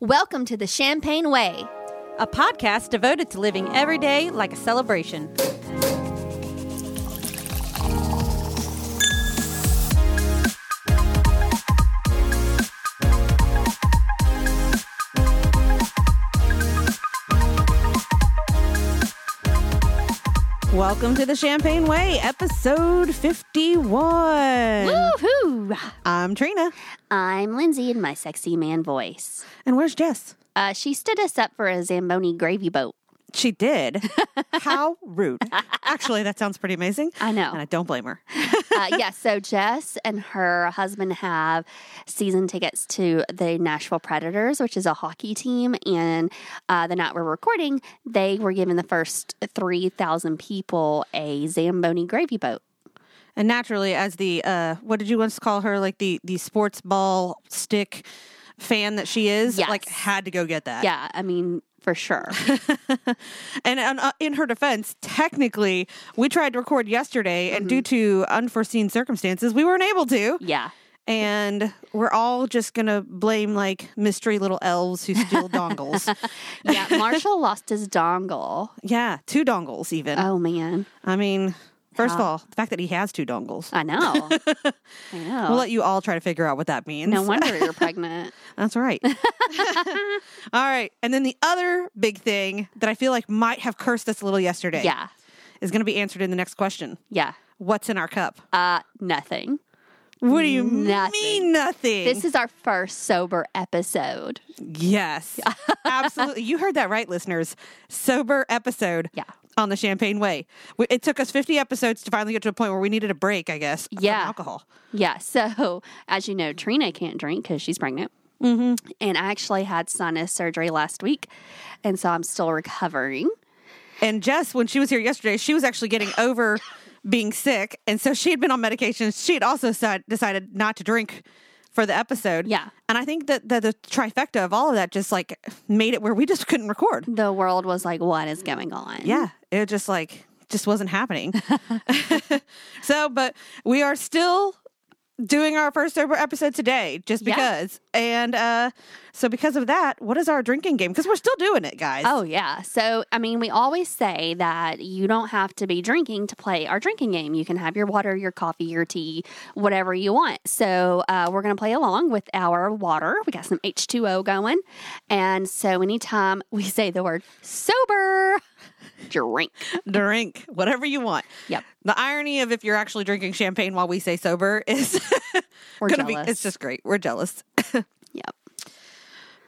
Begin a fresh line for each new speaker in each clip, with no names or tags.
Welcome to the Champagne Way.
a podcast devoted to living every day like a celebration. Welcome to the Champagne Way, episode 51.
Woohoo!
I'm Trina.
I'm Lindsay in my sexy man voice.
And where's Jess?
Uh, she stood us up for a Zamboni gravy boat.
She did. How rude. Actually, that sounds pretty amazing.
I know.
And I don't blame her.
uh, yeah, so Jess and her husband have season tickets to the Nashville Predators, which is a hockey team. And uh, the night we're recording, they were giving the first 3,000 people a Zamboni gravy boat.
And naturally, as the uh, what did you once call her? Like the the sports ball stick fan that she is,
Yes.
like had to go get that.
Yeah, I mean, for sure.
And, and uh, in her defense, technically, we tried to record yesterday,
Mm-hmm.
and due to unforeseen circumstances, we weren't able to.
Yeah.
And we're all just gonna blame like mystery little elves who steal dongles.
Yeah, Marshall lost his dongle.
Yeah, two dongles even.
Oh, man.
I mean, first of all, the fact that he has two dongles.
I know. I know.
We'll let you all try to figure out what that means.
no wonder you're pregnant.
That's right. All right. And then the other big thing that I feel like might have cursed us a little yesterday
Yeah.
is going to be answered in the next question.
Yeah.
What's in our cup?
Uh, nothing.
What do you
Nothing.
mean nothing?
This is our first sober episode.
yes. absolutely. You heard that right, listeners. Sober episode.
Yeah.
On the Champagne Way. We, it took us 50 episodes to finally get to a point where we needed a break, I guess. from
Yeah.
alcohol.
Yeah. So, as you know, Trina can't drink because she's pregnant. Mm-hmm. And I actually had sinus surgery last week. And so I'm still recovering.
And Jess, when she was here yesterday, she was actually getting over being sick. And so she had been on medication. She had also si- decided not to drink for the episode.
Yeah.
And I think that the, the trifecta of all of that just like made it where we just couldn't record.
The world was like, what is going on?
Yeah. It just like just wasn't happening. so, but we are still doing our first sober episode today just
Yeah.
because. And uh so because of that, what is our drinking game? Because we're still doing it, guys.
Oh, yeah. So, I mean, we always say that you don't have to be drinking to play our drinking game. You can have your water, your coffee, your tea, whatever you want. So, uh, we're going to play along with our water. We got some H2O going. And so, anytime we say the word sober, drink.
drink whatever you want.
Yep.
The irony of if you're actually drinking champagne while we say sober is
We're
gonna
jealous.
be it's just great. We're jealous.
Yep.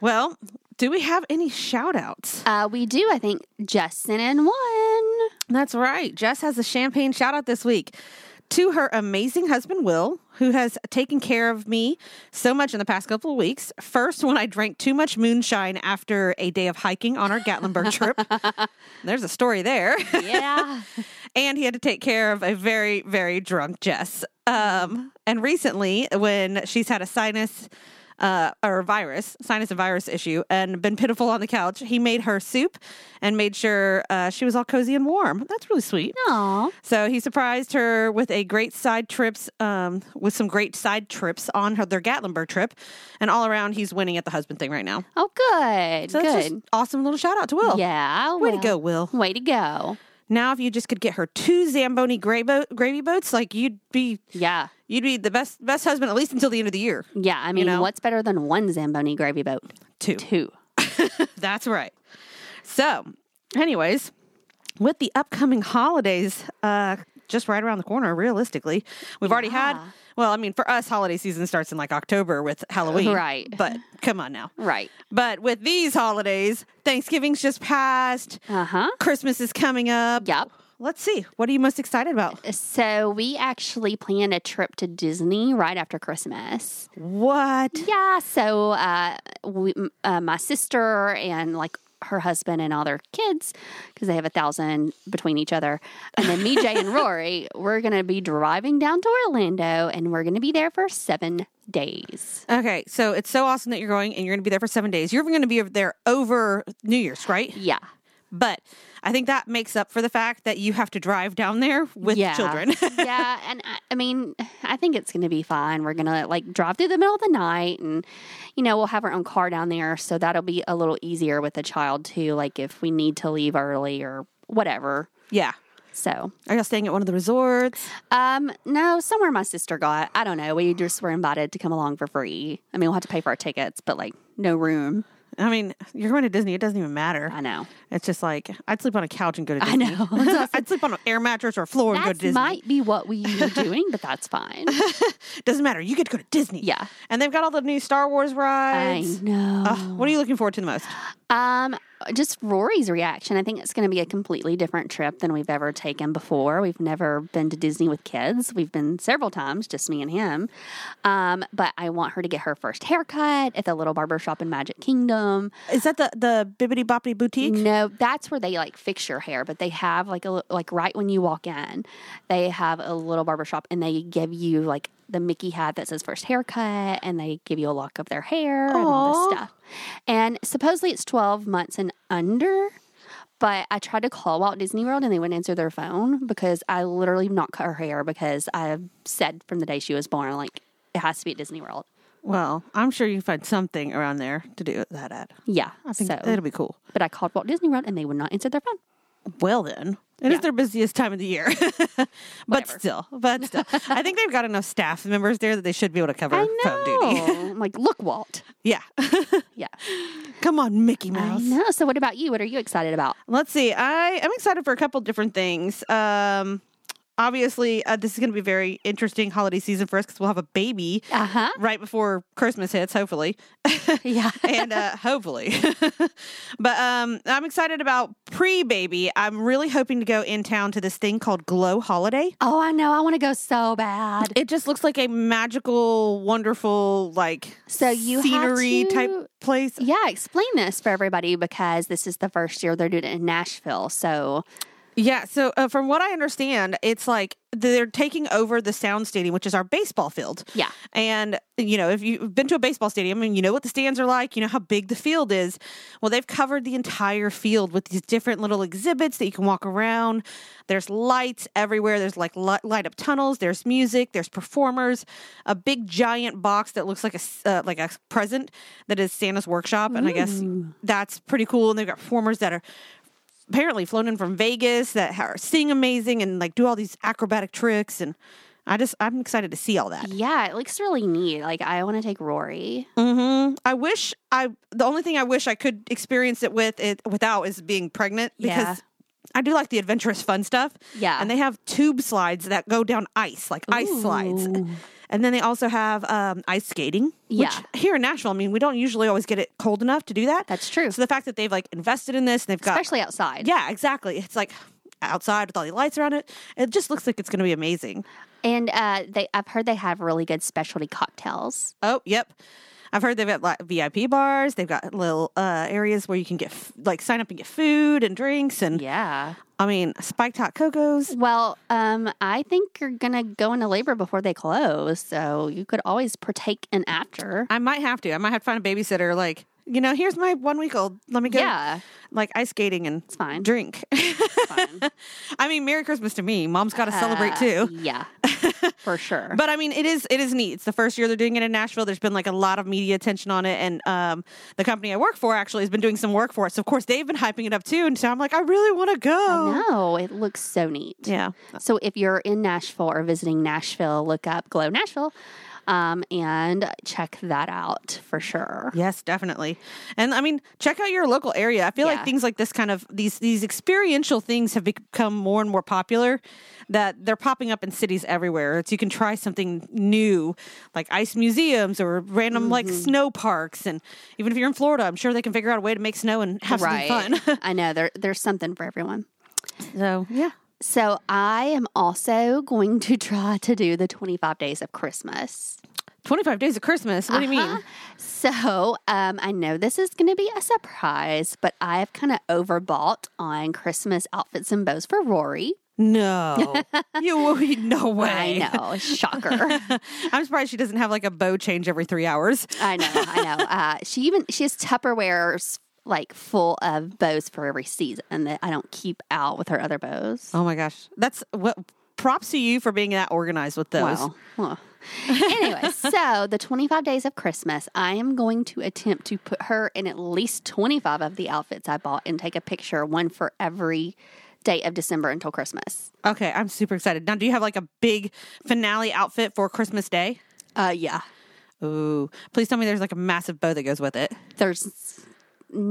Well, do we have any shout outs?
Uh, we do, I think, just sent in one.
That's right. Jess has a champagne shout out this week to her amazing husband Will, who has taken care of me so much in the past couple of weeks. First, when I drank too much moonshine after a day of hiking on our Gatlinburg trip. There's a story there.
Yeah.
and he had to take care of a very very drunk jess um, and recently when she's had a sinus uh, or virus sinus and virus issue and been pitiful on the couch he made her soup and made sure uh, she was all cozy and warm that's really sweet
Aw.
so he surprised her with a great side trips, um, with some great side trips on her, their Gatlinburg trip, and all around he's winning at the husband thing right now.
Oh, good.
So that's
good.
just awesome little shout out to Will.
yeah.
way
well,
to go, Will.
Way to go.
Now, if you just could get her two Zamboni gray boat, gravy boats, like you'd be,
Yeah.
you'd be the best best husband at least until the end of the year.
Yeah, I mean,
know?
what's better than one Zamboni gravy boat?
Two.
Two.
That's right. So, anyways, with the upcoming holidays, uh, just right around the corner. Realistically, we've already had.
Yeah.
Well, I mean, for us, holiday season starts in like October with Halloween,
Right.
But come on now.
Right.
But with these holidays, Thanksgiving's just passed.
Uh huh.
Christmas is coming up.
Yep.
Let's see. What are you most excited about?
Uh, So we actually planned a trip to Disney right after Christmas.
What?
Yeah. So uh, we, m- uh, my sister and like her husband and all their kids, because they have a thousand between each other, and then me, Jay, and Rory, we're gonna be driving down to Orlando, and we're gonna be there for seven days.
Okay, so it's so awesome that you're going and you're going to be there for seven days. You're going to be there over New Year's, right?
Yeah.
But I think that makes up for the fact that you have to drive down there with
Yeah.
children.
yeah, and I, I mean, I think it's going to be fine. We're going to like drive through the middle of the night, and you know, we'll have our own car down there, so that'll be a little easier with the child too. Like if we need to leave early or whatever.
yeah.
So,
Are y'all staying at one of the resorts?
um, no, somewhere my sister got. I don't know. We just were invited to come along for free. I mean, we'll have to pay for our tickets, but like no room.
I mean, you're going to Disney. It doesn't even matter.
I know.
It's just like I'd sleep on a couch and go to
I
Disney.
know.
I'd sleep on an air mattress or a floor and go to
That
Disney.
might be what we were doing, but that's fine.
Doesn't matter. You get to go to Disney.
Yeah.
And they've got all the new Star Wars
I
rides.
know.
Ugh, what are you looking forward to the most?
Um, just Rory's reaction. I think it's going to be a completely different trip than we've ever taken before. We've never been to Disney with kids. We've been several times, just me and him. Um, but I want her to get her first haircut at the little barber shop in Magic Kingdom.
Is that the the Bibbidi Boppity Boutique?
No, that's where they like fix your hair, but they have like a li- like right when you walk in, they have a little barber shop and they give you like the Mickey hat that says first haircut and they give you a lock of their hair and all
Aw.
this stuff. And supposedly it's 12 months and under. But I tried to call Walt Disney World and they wouldn't answer their phone because I literally have not cut her hair because I've said from the day she was born, like, it has to be at Disney World.
Well, I'm sure you can find something around there to do that at.
Yeah.
I think
so,
it'll be cool.
but I called Walt Disney World and they would not answer their phone.
Well, then. it is
Yeah.
their busiest time of the year. but
Whatever.
still, but still. I think they've got enough staff members there that they should be able to cover phone duty.
I'm like, look, Walt.
Yeah.
Yeah.
Come on, Mickey
I
Mouse.
know. So, what about you? What are you excited about?
Let's see. I am excited for a couple different things. Um, obviously, uh, this is going to be a very interesting holiday season for us because we'll have a baby
Uh huh.
right before Christmas hits, hopefully,
Yeah.
and uh, hopefully. but um, I'm excited about pre-baby. I'm really hoping to go in town to this thing called Glow Holiday.
Oh, I know. I want to go so bad.
It just looks like a magical, wonderful, like
So you have
scenery type
to-
place.
Yeah, explain this for everybody because this is the first year they're doing it in Nashville. So,
Yeah. So, uh, from what I understand, it's like they're taking over the sound stadium, which is our baseball field.
Yeah.
And, you know, if you've been to a baseball stadium and you know what the stands are like, you know how big the field is. Well, they've covered the entire field with these different little exhibits that you can walk around. There's lights everywhere. There's like li- light up tunnels. There's music. There's performers. A big giant box that looks like a s- uh, like a present that is Santa's workshop, and I guess that's pretty cool. And they've got performers that are apparently flown in from Vegas that ha- sing amazing and like do all these acrobatic tricks and I just I'm excited to see all that.
yeah, it looks really neat. Like, I want to take Rory.
Mm-hmm. I wish I the only thing I wish I could experience it with it without is being pregnant because
Yeah.
I do like the adventurous fun stuff.
Yeah.
and they have tube slides that go down ice like ice slides.
Ooh.
And then they also have um, ice skating.
Yeah.
Which here in Nashville, I mean, we don't usually always get it cold enough to do that.
That's true.
So the fact that they've like invested in this and they've got
Especially outside.
Yeah, exactly. It's like outside with all the lights around it. It just looks like it's going to be amazing.
And uh, they, I've heard they have really good specialty cocktails.
Oh, yep. I've heard they've got like VIP bars. They've got little uh, areas where you can get f- like sign up and get food and drinks and
Yeah.
I mean spiked hot cocos.
Well, um, I think you're going to go into labor before they close. So, you could always partake in after.
I might have to. I might have to find a babysitter. Like you know, here's my one week old. Let me go.
Yeah.
Like ice skating and
It's fine.
drink. I mean, Merry Christmas to me. Mom's got to celebrate
Uh,
too.
Yeah, for sure.
But I mean, it is it is neat. It's the first year they're doing it in Nashville. There's been like a lot of media attention on it, and um, the company I work for actually has been doing some work for it. So of course they've been hyping it up too, and so I'm like, I really want to
Oh,
go.
no, it looks so neat.
Oh. Yeah,
So if you're in Nashville or visiting Nashville, look up Glow Nashville um, and check that out for sure.
yes, definitely. And I mean, check out your local area. I feel
Yeah.
like things like this kind of these these experiential things have become more and more popular. That they're popping up in cities everywhere. It's you can try something new, like ice museums or random like snow parks. And even if you're in Florida, I'm sure they can figure out a way to make snow and have something fun.
I know there, there's something for everyone.
So yeah.
So I am also going to try to do the 25 days of Christmas. Ah.
25 days of Christmas. What do you mean?
So, um, I know this is going to be a surprise, but I've kind of overbought on Christmas outfits and bows for Rory.
No. you no way.
I know, shocker.
I'm surprised she doesn't have like a bow change every 3 hours.
I know, I know. Uh, she even she has Tupperwares like full of bows for every season that I don't keep out with her other bows.
Oh my gosh. That's what props to you for being that organized with those.
Wow. Well. anyway, so the 25 days of Christmas, I am going to attempt to put her in at least 25 of the outfits I bought and take a picture, one for every day of December until Christmas.
Okay, I'm super excited. Now, do you have like a big finale outfit for Christmas Day?
Uh, yeah.
Ooh, please tell me there's like a massive bow that goes with it.
There's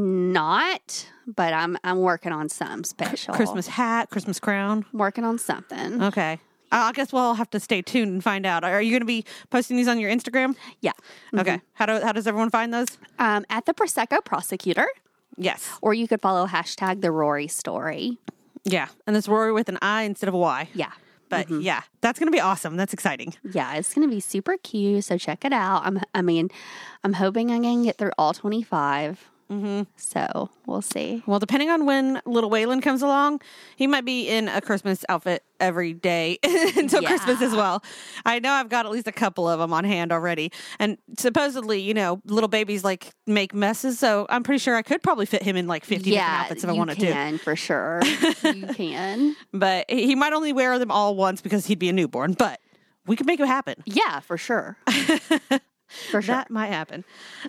not, but I'm I'm working on some special.
Christmas hat, Christmas crown.
Working on something.
Okay. Uh, I guess we'll all have to stay tuned and find out. Are you going to be posting these on your Instagram?
Yeah.
Okay. How do how does everyone find those?
Um, at the Prosecco Prosecutor,
Yes.
or you could follow hashtag the Rory Story.
Yeah. And this Rory with an I instead of a Y.
Yeah. Mm-hmm.
But yeah, that's going to be awesome. That's exciting.
Yeah, it's gonna be super cute. So check it out. I'm, I mean, I'm hoping I can get through all 25. Mm-hmm. So we'll see.
Well, depending on when little Waylon comes along, he might be in a Christmas outfit every day until
Yeah.
Christmas as well. I know I've got at least a couple of them on hand already. And supposedly, you know, little babies like make messes. So I'm pretty sure I could probably fit him in like 50 different
yeah,
outfits if I
you
wanted to.
can for sure. you can.
But he he might only wear them all once because he'd be a newborn. But we could make it happen.
Yeah, for sure. for sure.
That might happen.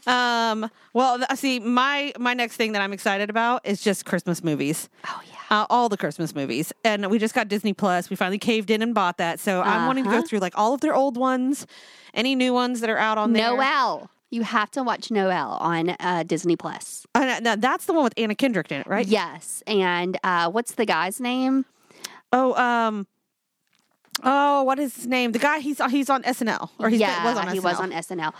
Um, well, th- see, my my next thing that I'm excited about is just Christmas movies.
oh yeah.
uh, all the Christmas movies. And we just got Disney Plus. We finally caved in and bought that. So I'm wanting
Uh-huh.
to go through like all of their old ones, any new ones that are out on there.
Noel. You have to watch Noel on uh, Disney Plus.
Oh, no, no, that's the one with Anna Kendrick in it,
Mm-hmm.
right?
Yes, and uh, what's the guy's name?
Oh, um, oh, what is his name? The guy he's he's on SNL or he's
yeah,
was on SNL.
he was on SNL.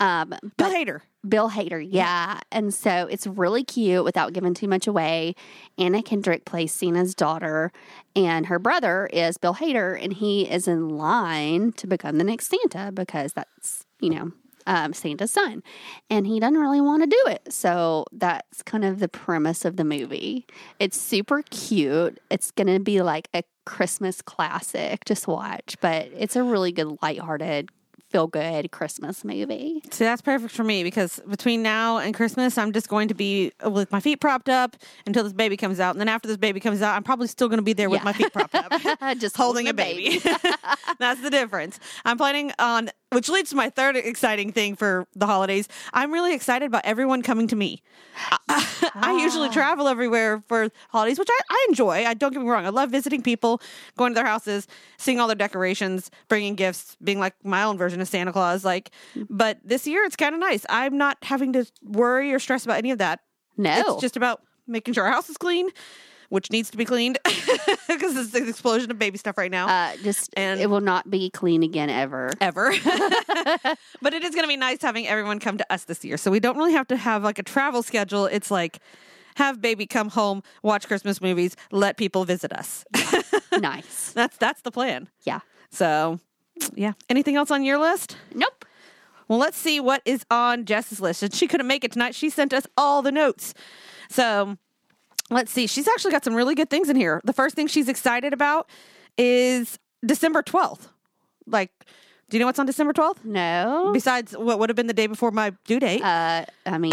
Um,
Bill Hader.
Bill Hader, yeah. And so it's really cute without giving too much away. Anna Kendrick plays Cena's daughter, and her brother is Bill Hader, and he is in line to become the next Santa because that's, you know, um, Santa's son. And he doesn't really want to do it. So that's kind of the premise of the movie. It's super cute. It's going to be like a Christmas classic. Just watch. But it's a really good, lighthearted, feel good Christmas movie.
See, that's perfect for me because between now and Christmas, I'm just going to be with my feet propped up until this baby comes out, and then after this baby comes out, I'm probably still going to be there with
Yeah.
my feet propped up.
just
Uh, holding a baby. That's the difference. I'm planning on, which leads to my third exciting thing for the holidays. I'm really excited about everyone coming to me. I, I usually travel everywhere for holidays, which I, I enjoy. I don't get me wrong. I love visiting people, going to their houses, seeing all their decorations, bringing gifts, being like my own version of Santa Claus. Like, but this year it's kind of nice. I'm not having to worry or stress about any of that.
No.
It's just about making sure our house is clean, which needs to be cleaned because it's an explosion of baby stuff right now.
uh, just
and-
it will not be clean again ever.
ever. but it is going to be nice having everyone come to us this year. So we don't really have to have like a travel schedule. It's like have baby come home, watch Christmas movies, let people visit us.
nice.
that's that's the plan.
Yeah.
So, yeah. Anything else on your list?
Nope.
Well, let's see what is on Jess's list. And she couldn't make it tonight. She sent us all the notes. So let's see. She's actually got some really good things in here. The first thing she's excited about is December 12th. Like, do you know what's on December 12th?
No.
Besides what would have been the day before my due date,
Uh, I mean,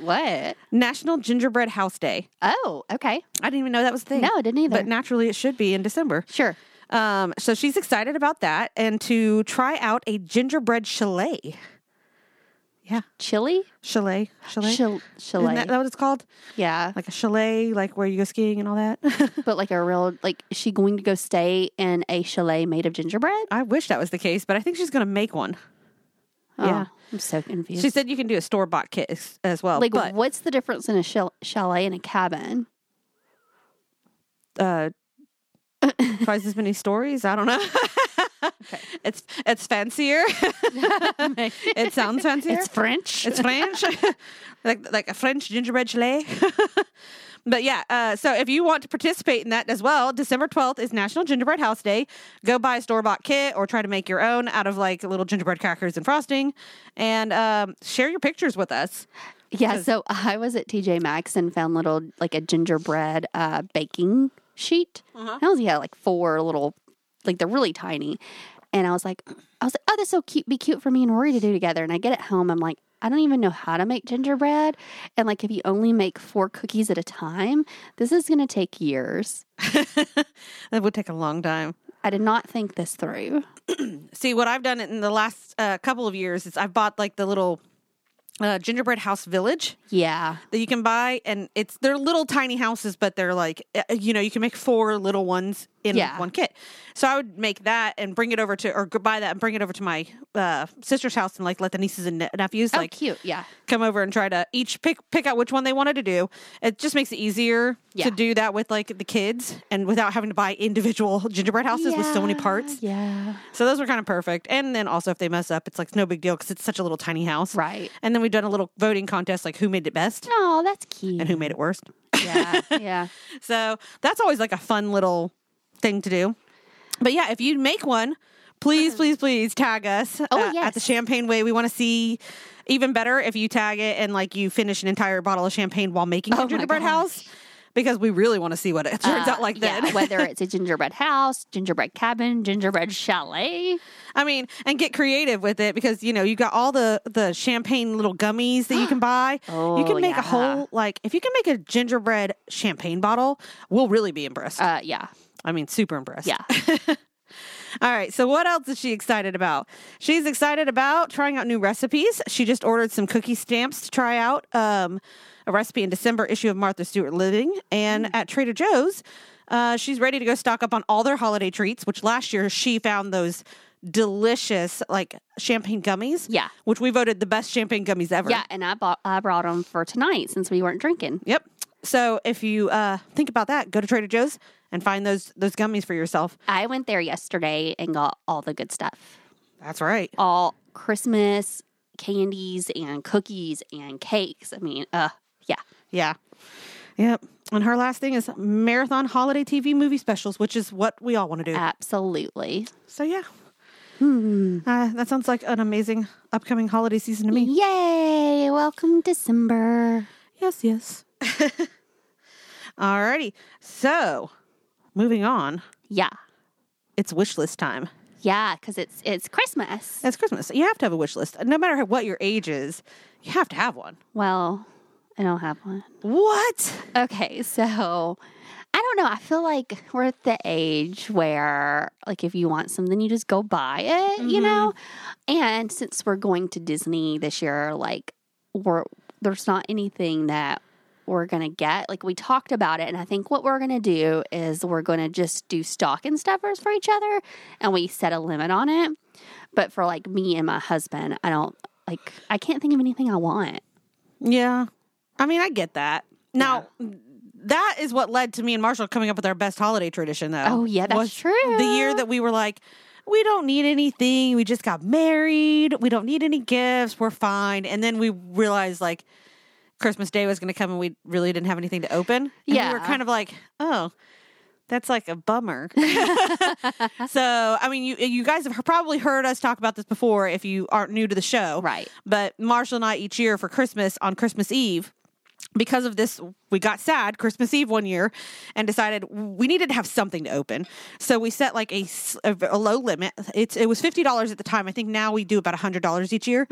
what?
National Gingerbread House Day.
Oh, okay.
I didn't even know that was a thing.
No, I didn't either.
But naturally, it should be in December.
Sure.
Um, so she's excited about that and to try out a gingerbread chalet. Yeah,
Chili?
chalet, chalet.
Chil-
Isn't
chalet.
that, that what it's called?
yeah.
Like a chalet, like where you go skiing and all that.
But like a real, like, is she going to go stay in a chalet made of gingerbread?
I wish that was the case, but I think she's going to make one. Yeah.
Oh, I'm so confused.
She said you can do a store bought kit as, as well.
like,
but
what's the difference in a chal- chalet and a cabin?
uh, twice as many stories. I don't know. It's it's fancier. it sounds fancier.
It's French.
It's French, like like a French gingerbread chalet. but yeah, uh, so if you want to participate in that as well, December twelfth is National Gingerbread House Day. Go buy a store bought kit or try to make your own out of like little gingerbread crackers and frosting, and um, share your pictures with us.
Yeah, so I was at TJ Maxx and found little like a gingerbread uh, baking sheet.
Uh-huh.
And I was yeah, like four little, like they're really tiny. And I was like, I was like, oh, this will cute, be cute for me and Rory to do together. And I get it home, I'm like, I don't even know how to make gingerbread. And like, if you only make four cookies at a time, this is going to take years.
That would take a long time.
I did not think this through.
See, what I've done in the last uh, couple of years is I've bought like the little uh, gingerbread house village
Yeah.
that you can buy, and it's they're little tiny houses, but they're like uh, you know you can make four little ones in
Yeah.
one kit. So I would make that and bring it over to or go buy that and bring it over to my uh, sister's house and like let the nieces and ne- nephews
Oh,
like
cute. Yeah.
come over and try to each pick pick out which one they wanted to do. It just makes it easier
Yeah.
to do that with like the kids and without having to buy individual gingerbread houses with so many
Yeah,
parts.
Yeah.
So those were kind of perfect. And then also if they mess up, it's like no big deal because it's such a little tiny house.
Right.
And then we've done a little voting contest like who made it best
Oh, that's cute.
and who made it worst.
yeah. Yeah.
So that's always like a fun little thing to do. But yeah, if you make one, please, please, please tag us uh,
Uh-huh. Oh, yes.
at the Champagne Way. We want to see even better if you tag it and like you finish an entire bottle of champagne while making
Oh
your
my
gingerbread
gosh.
house because we really want to see what it turns
Uh,
out like
yeah,
then.
whether it's a gingerbread house, gingerbread cabin, gingerbread chalet.
I mean, and get creative with it because you know you got all the the champagne little gummies that you can buy. you
Oh,
can make
yeah.
a whole like if you can make a gingerbread champagne bottle, we'll really be impressed.
Uh, yeah.
I mean, super impressed.
Yeah.
All right. So what else is she excited about? She's excited about trying out new recipes. She just ordered some cookie stamps to try out. Um, a recipe in December issue of Martha Stewart Living, and
Mm.
at Trader Joe's, uh, she's ready to go stock up on all their holiday treats. Which last year she found those delicious like champagne gummies.
Yeah.
Which we voted the best champagne gummies ever.
Yeah. And I bought, I brought them for tonight since we weren't drinking.
Yep. So if you uh, think about that, go to Trader Joe's and find those those gummies for yourself.
I went there yesterday and got all the good stuff.
That's right.
All Christmas candies and cookies and cakes. I mean, uh, yeah.
Yeah. Yep. And her last thing is marathon holiday TV movie specials, which is what we all want to do.
Absolutely.
so, yeah. Uh, that sounds like an amazing upcoming holiday season to me.
Yay! Welcome December.
Yes, yes. Alrighty. So, moving on,
Yeah.
it's wish list time.
Yeah, because it's it's Christmas.
It's Christmas. You have to have a wish list. No matter what your age is, you have to have one.
Well, I don't have one.
What?
Okay, so I don't know. I feel like we're at the age where, like, if you want something, you just go buy it, you know? And since we're going to Disney this year, like, we're, there's not anything that we're going to get. Like, we talked about it, and I think what we're going to do is we're going to just do stock and stuffers for each other, and we set a limit on it. But for, like, me and my husband, I don't, like, I can't think of anything I want.
Yeah. I mean, I get that. Now, that is what led to me and Marshall coming up with our best holiday tradition, though.
Oh, yeah, that's
was
true.
The year that we were like, we don't need anything. We just got married. We don't need any gifts. We're fine. And then we realized, like, Christmas Day was going to come and we really didn't have anything to open. And We were
Yeah.
kind of like, oh, that's like a bummer. so, I mean, you you guys have probably heard us talk about this before if you aren't new to the show.
Right.
But Marshall and I each year for Christmas on Christmas Eve because of this we got sad Christmas Eve one year and decided we needed to have something to open. So we set like a, s- a v- a low limit. It's it was $50 at the time. I think now we do about $100 each year.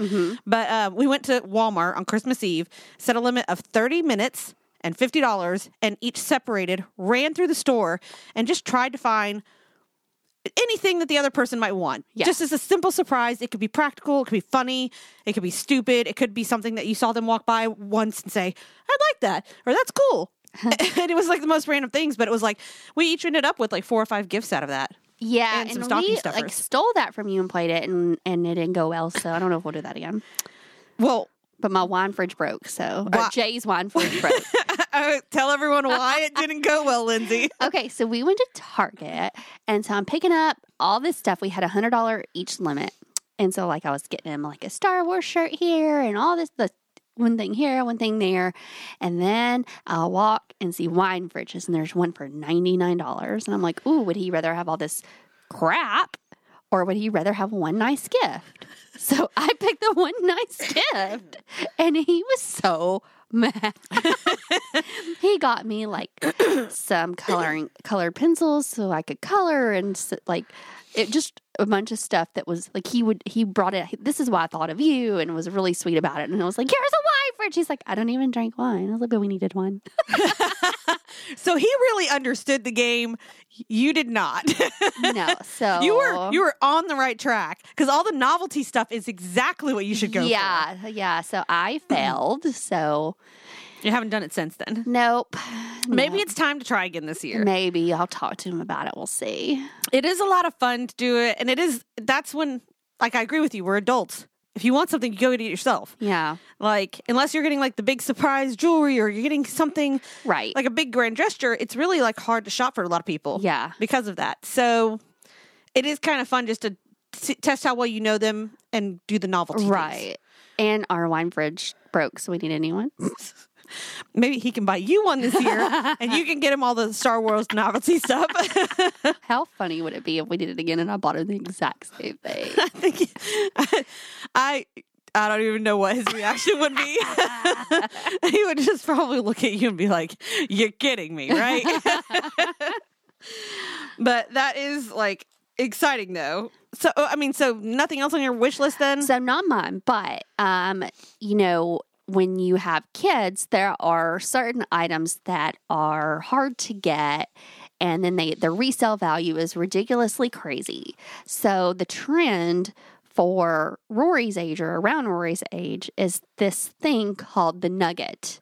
But uh, we went to Walmart on Christmas Eve, set a limit of 30 minutes and $50 and each separated ran through the store and just tried to find anything that the other person might want.
Yeah.
Just as a simple surprise. It could be practical, it could be funny, it could be stupid, it could be something that you saw them walk by once and say, I'd like that, or that's cool. and it was like the most random things, but it was like we each ended up with like four or five gifts out of that.
Yeah,
and some stocking
we like
stuffers.
stole that from you and played it, and and it didn't go well. So I don't know if we'll do that again.
Well,
But my wine fridge broke, so or
Why-
Jay's wine fridge broke.
I tell everyone why it didn't go well, Lindsay.
Okay, so we went to Target, and so I'm picking up all this stuff. We had a hundred dollar each limit, and so like I was getting him like a Star Wars shirt here, and all this the one thing here, one thing there, and then I'll walk and see wine fridges, and there's one for ninety nine dollars, and I'm like, ooh, would he rather have all this crap, or would he rather have one nice gift? So I picked the one nice gift, and he was so mad. he got me like some coloring colored pencils so I could color and s- like it just a bunch of stuff that was like he would he brought it this is why I thought of you and was really sweet about it and I was like here's a wine for it she's like I don't even drink wine I was like but we needed one
so he really understood the game. You did not.
no so
You were you were on the right track because all the novelty stuff is exactly what you should go for.
yeah yeah so I failed so
You haven't done it since then.
nope
Maybe
No.
it's time to try again this year.
maybe I'll talk to him about it we'll see
It is a lot of fun to do it, and it is that's when like I agree with you. We're adults. If you want something, you go get it yourself.
yeah
Like unless you're getting like the big surprise jewelry or you're getting something
right
like a big grand gesture, it's really like hard to shop for a lot of people.
yeah
because of that. So it is kind of fun just to t- test how well you know them and do the novelty. things.
right and our wine fridge broke so we need a new one
Maybe he can buy you one this year and you can get him all the Star Wars novelty stuff.
How funny would it be if we did it again and I bought her the exact same thing?
I think I, I I don't even know what his reaction would be. he would just probably look at you and be like, "You're kidding me, right?" but that is like exciting though. So oh, I mean, so nothing else on your wish list then?
so not mine, but um, you know, when you have kids, there are certain items that are hard to get and then they the resale value is ridiculously crazy. So the trend for Rory's age or around Rory's age is this thing called the nugget.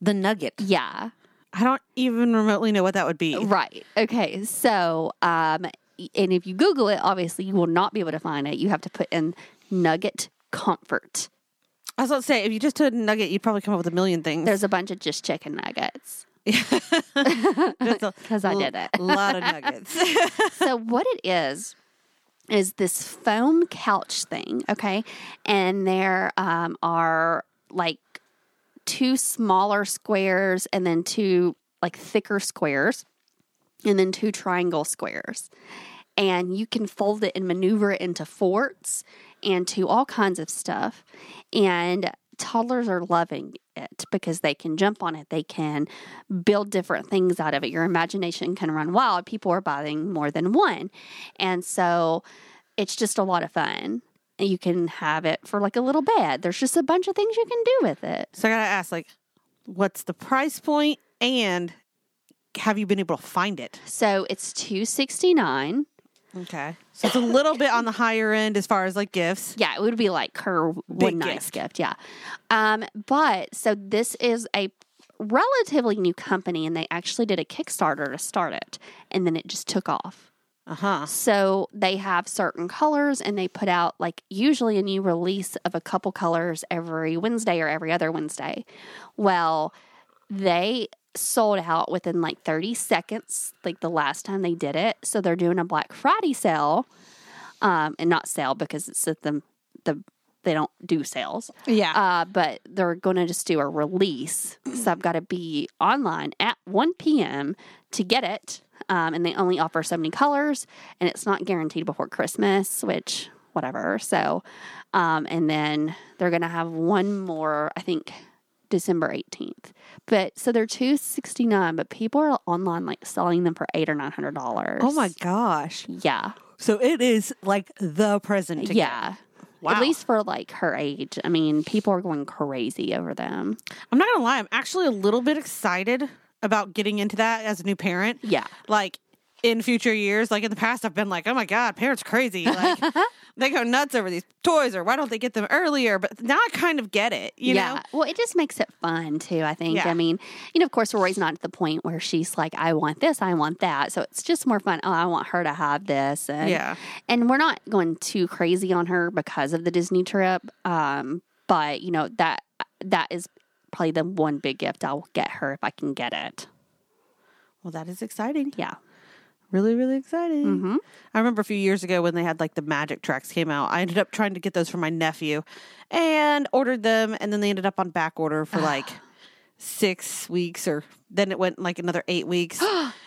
the nugget.
Yeah.
I don't even remotely know what that would be.
Right. Okay. So, um, y- and if you Google it, obviously you will not be able to find it. You have to put in nugget comfort.
I was about to say, if you just did nugget, you'd probably come up with a million things.
There's a bunch of just chicken nuggets because I did it.
A lot of nuggets.
so what it is is this foam couch thing okay and there um, are like two smaller squares and then two like thicker squares and then two triangle squares and you can fold it and maneuver it into forts and to all kinds of stuff and toddlers are loving it because they can jump on it they can build different things out of it your imagination can run wild people are buying more than one and so it's just a lot of fun And you can have it for like a little bed there's just a bunch of things you can do with it
so I gotta ask, like, what's the price point, and have you been able to find it?
so it's 269
Okay, so it's a little bit on the higher end as far as like gifts.
Yeah, it would be like her one nice gift. Yeah. Um, but so this is a relatively new company and they actually did a Kickstarter to start it and then it just took off.
Uh
Uh-huh.
huh.
So they have certain colors and they put out like usually a new release of a couple colors every Wednesday or every other Wednesday. Well, they sold out within like 30 seconds, like the last time they did it. So they're doing a Black Friday sale. Um, and not sale because it's at the the they don't do sales.
Yeah.
Uh, but they're going to just do a release. so I've got to be online at 1 p.m. to get it. Um, and they only offer so many colors, and it's not guaranteed before Christmas, which, whatever. So, um, and then they're going to have one more, I think. December 18th. But so they're 269, but people are online like selling them for 8 or 900 dollars.
oh my gosh.
Yeah.
So it is like the present. To get.
Yeah.
Wow.
At least for like her age. I mean, people are going crazy over them.
I'm not gonna lie. I'm actually a little bit excited about getting into that as a new parent.
Yeah.
like in future years like in the past i've been like oh my god parents crazy like they go nuts over these toys or why don't they get them earlier but now i kind of get it you know
Well, it just makes it fun too, I think.
Yeah.
I mean, you know, of course, Rory's not at the point where she's like, I want this, I want that. So it's just more fun. Oh, I want her to have this. And,
Yeah.
And we're not going too crazy on her because of the Disney trip. Um, but, you know, that that is probably the one big gift I'll get her if I can get it.
well that is exciting
Yeah.
really really exciting Mm-hmm. i remember a few years ago when they had like the magic tracks came out i ended up trying to get those for my nephew and ordered them and then they ended up on back order for like six weeks or then it went like another eight weeks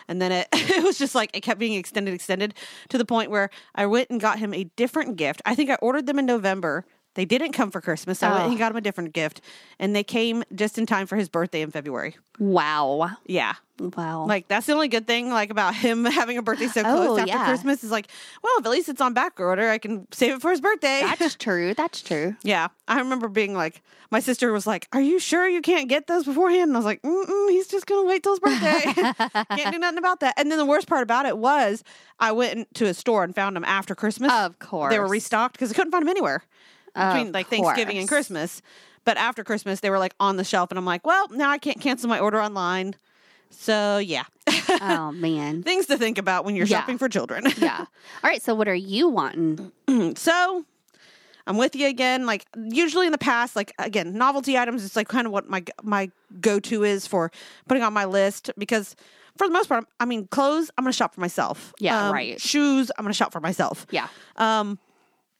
and then it, it was just like it kept being extended extended to the point where i went and got him a different gift i think i ordered them in november They didn't come for Christmas. I went
Oh.
and got him a different gift, and they came just in time for his birthday in February.
Wow.
Yeah,
Wow.
like that's the only good thing like about him having a birthday so close
Oh,
after
yeah.
Christmas is like, well, if at least it's on back order, I can save it for his birthday.
that's true. That's true.
Yeah, I remember being like, my sister was like, "Are you sure you can't get those beforehand?" And I was like, Mm-mm, "He's just gonna wait till his birthday. can't do nothing about that." And then the worst part about it was, I went in- to a store and found them after Christmas.
Of course.
they were restocked because I couldn't find them anywhere between
Of
like Thanksgiving and
course.
Christmas. But after Christmas, they were like on the shelf, and I'm like, "Well, now I can't cancel my order online." So yeah,
oh man.
things to think about when you're
Yeah.
shopping for children.
Yeah. All right. So what are you
Mm.
wanting?
so I'm with you again. Like usually in the past, like again, novelty items is like kind of what my my go to is for putting on my list because for the most part, I mean, clothes I'm gonna shop for myself.
Yeah,
Um,
right.
Shoes I'm gonna shop for myself.
Yeah.
Um,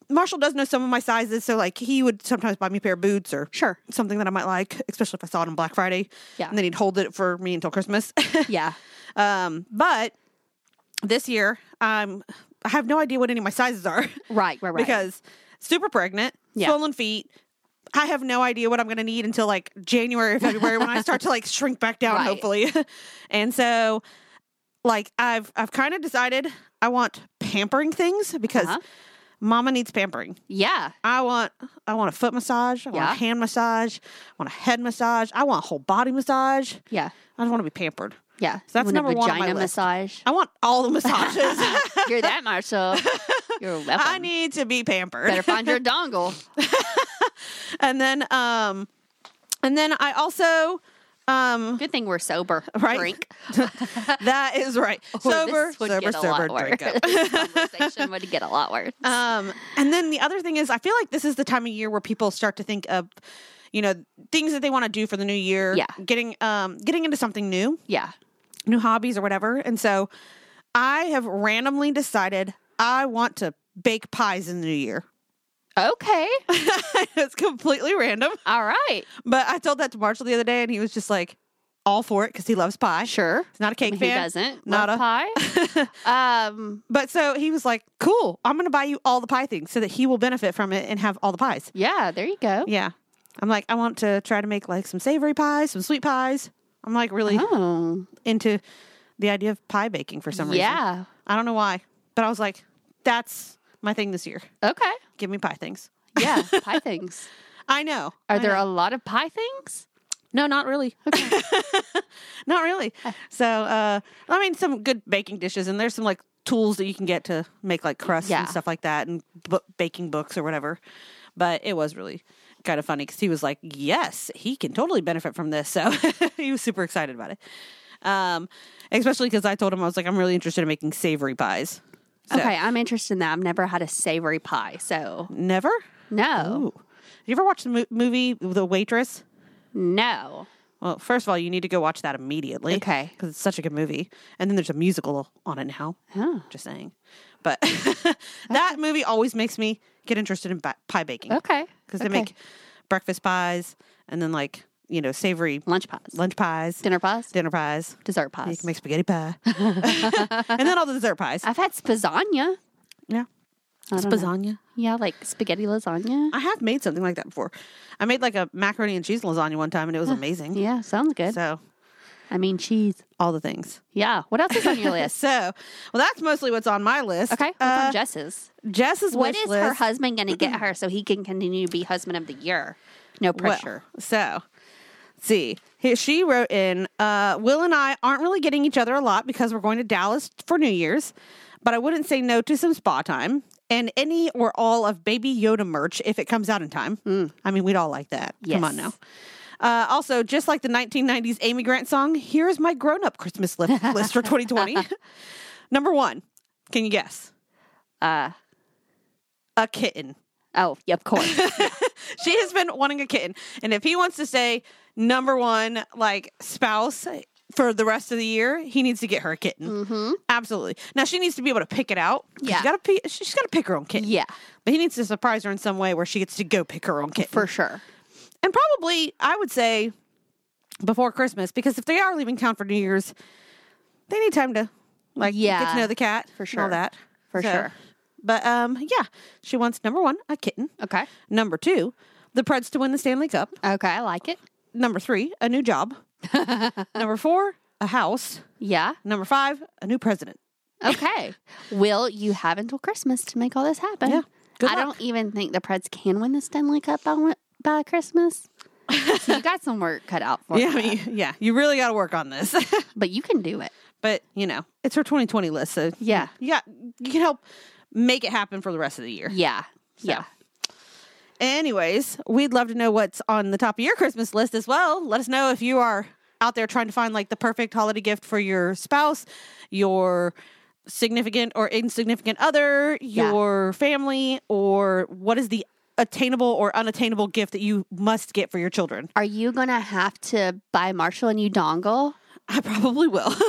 Marshall does know some of my sizes, so like he would sometimes buy me a pair of boots or
Sure.
something that I might like, especially if I saw it on Black Friday.
Yeah.
and then he'd hold it for me until Christmas.
Yeah.
um, but this year, um, I have no idea what any of my sizes are.
Right. Right. Right.
because super pregnant,
Yeah.
swollen feet. I have no idea what I'm going to need until like January or February when I start to like shrink back down,
Right.
hopefully. and so, like I've I've kind of decided I want pampering things because
Uh-huh.
Mama needs pampering.
yeah.
I want I want a foot massage. I want
Yeah.
a hand massage. I want a head massage. I want a whole body massage.
Yeah.
I just want to be pampered.
Yeah.
that's
Want a
number one on my
vagina
list.
massage.
I want all the massages.
You're that, Marshall. You're welcome.
I need to be pampered.
Better find your dongle.
and then um and then i also um
Good thing we're sober.
Right.
Drink.
that is right
Ooh,
sober
Oh, this would
sober
get a
sober
lot worse.
drink up
This conversation would get a lot worse.
um and then the other thing is i feel like this is the time of year where people start to think of you know things that they want to do for the new year
Yeah.
getting um getting into something new
yeah.
new hobbies or whatever and so i have randomly decided i want to bake pies in the new year
Okay.
it's completely random
All right.
but i told that to marshall the other day and he was just like all for it because he loves pie
Sure.
he's not a cake
Who
fan
doesn't?
not
Love
a-
pie. um.
But so he was like, "Cool, I'm going to buy you all the pie things so that he will benefit from it and have all the pies."
Yeah. There you go.
Yeah, I'm like, I want to try to make like some savory pies, some sweet pies. I'm like really
Oh.
into the idea of pie baking for some reason.
Yeah.
I don't know why, but I was like, that's my thing this year.
Okay.
Give me pie things.
Yeah. pie things.
I know.
Are
I
there
know.
a lot of pie things?
No, not really. not really. So, uh, I mean, some good baking dishes, and there's some like tools that you can get to make like crusts
Yeah.
and stuff like that, and bu- baking books or whatever. But it was really kind of funny because he was like, "Yes, he can totally benefit from this." So he was super excited about it. Um, especially because I told him I was like, "I'm really interested in making savory pies." So,
Okay. I'm interested in that. I've never had a savory pie, so
Never.
no,
Ooh. You ever watch the mo- movie The Waitress?
no.
Well, first of all, you need to go watch that immediately.
Okay.
Because it's such a good movie. And then there's a musical on it now.
Oh.
Just saying. But that movie always makes me get interested in ba- pie baking.
Okay.
Because
Oh, okay.
they make breakfast pies and then, like, you know, savory
lunch pies,
lunch pies, dinner,
dinner pies,
pies.
dessert
You
pies.
can make spaghetti pie. and then all the dessert pies.
I've had spazania.
yeah. It's
don't know.
lasagna.
Yeah, like spaghetti lasagna.
I have made something like that before. I made like a macaroni and cheese lasagna one time and it was amazing.
Yeah, sounds good.
So,
I mean, cheese.
all the things.
Yeah. What else is on your list?
So, well, that's mostly what's on my list.
Okay. What's
Uh,
on Jess's?
Jess's
What
wish
is
list.
her husband going to get her so he can continue to be husband of the year? No
Well,
pressure.
so, see, here she wrote in. Uh, Will and I aren't really getting each other a lot because we're going to Dallas for New Year's, but I wouldn't say no to some spa time and any or all of Baby Yoda merch if it comes out in time. I mean, we'd all like that. Come on now.
Hmm. Yes.
Uh, also, just like the 1990s Amy Grant song, here's my grown up Christmas list, list for 2020. Number one, can you guess?
Uh,
A kitten.
oh, yeah, of course.
she has been wanting a kitten. And if he wants to stay number one, like spouse for the rest of the year, he needs to get her a kitten. Mm-hmm. Absolutely. Now she needs to be able to pick it out.
Yeah.
She's got to she's got to pick her own kitten.
yeah,
But he needs to surprise her in some way where she gets to go pick her own kitten.
for sure.
and probably I would say before Christmas because if they are leaving town for New Year's, they need time to like get
Yeah.
to know the cat
For
and
sure.
all that
For sure.
But um, yeah, she wants number one, a kitten.
Okay.
Number two, the Preds to win the Stanley Cup.
Okay. I like it.
Number three, a new job. number four, a house.
Yeah.
Number five, a new president.
Okay. Will, you have until Christmas to make all this happen.
Yeah. Good
I
luck.
don't even think the Preds can win the Stanley Cup by, win- by Christmas. so you got some work cut out for
Yeah,
you.
I mean, yeah, you really got to work on this.
But you can do it.
but you know, it's her 2020 list, so
Yeah.
yeah, you can help make it happen for the rest of the year.
Yeah. Yeah.
Anyways, we'd love to know what's on the top of your Christmas list as well. Let us know if you are out there trying to find like the perfect holiday gift for your spouse, your significant or insignificant other,
Yeah.
your family, or what is the attainable or unattainable gift that you must get for your children.
Are you going to have to buy Marshall a new dongle?
I probably will.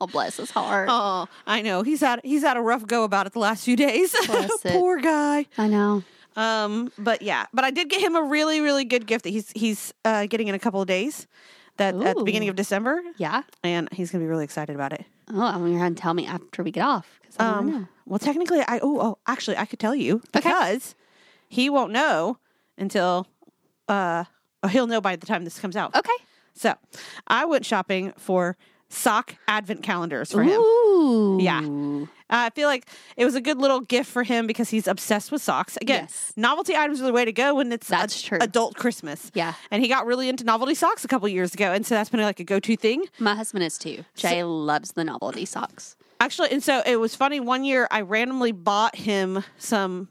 Oh, bless his heart.
oh, I know. He's had he's had a rough go about it the last few days.
Bless it.
Poor guy.
I know.
Um, but yeah, but I did get him a really, really good gift that he's he's uh, getting in a couple of days. That at the
Ooh.
beginning of December,
Yeah.
and he's gonna be really excited about it.
Oh, I'm going to tell me after we get off. 'cause I wanna know.
Um, well, technically, I oh, oh actually, I could tell you because he won't know until uh, or he'll know by the time this comes out.
Okay.
So, I went shopping for sock advent calendars for him.
Ooh.
Yeah. Uh, I feel like it was a good little gift for him because he's obsessed with socks. Again,
Yes.
novelty items are the way to go when it's
That's true.
adult Christmas.
Yeah.
And he got really into novelty socks a couple years ago. And so that's been like a go to thing.
My husband is too. Jay loves the novelty socks.
Actually, and so it was funny. One year I randomly bought him some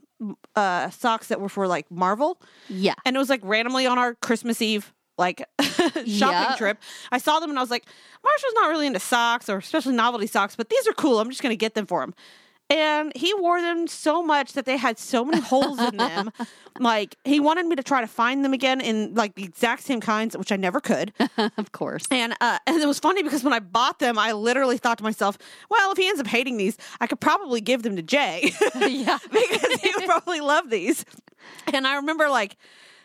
uh, socks that were for like Marvel.
Yeah.
And it was like randomly on our Christmas Eve like shopping
Yep.
trip. I saw them and I was like, Marshall's not really into socks or especially novelty socks, but these are cool. I'm just going to get them for him. And he wore them so much that they had so many holes in them. Like he wanted me to try to find them again in like the exact same kinds, which I never could.
of course.
And uh, and it was funny because when I bought them, I literally thought to myself, well, if he ends up hating these, I could probably give them to Jay
yeah.
because he would probably love these. And I remember like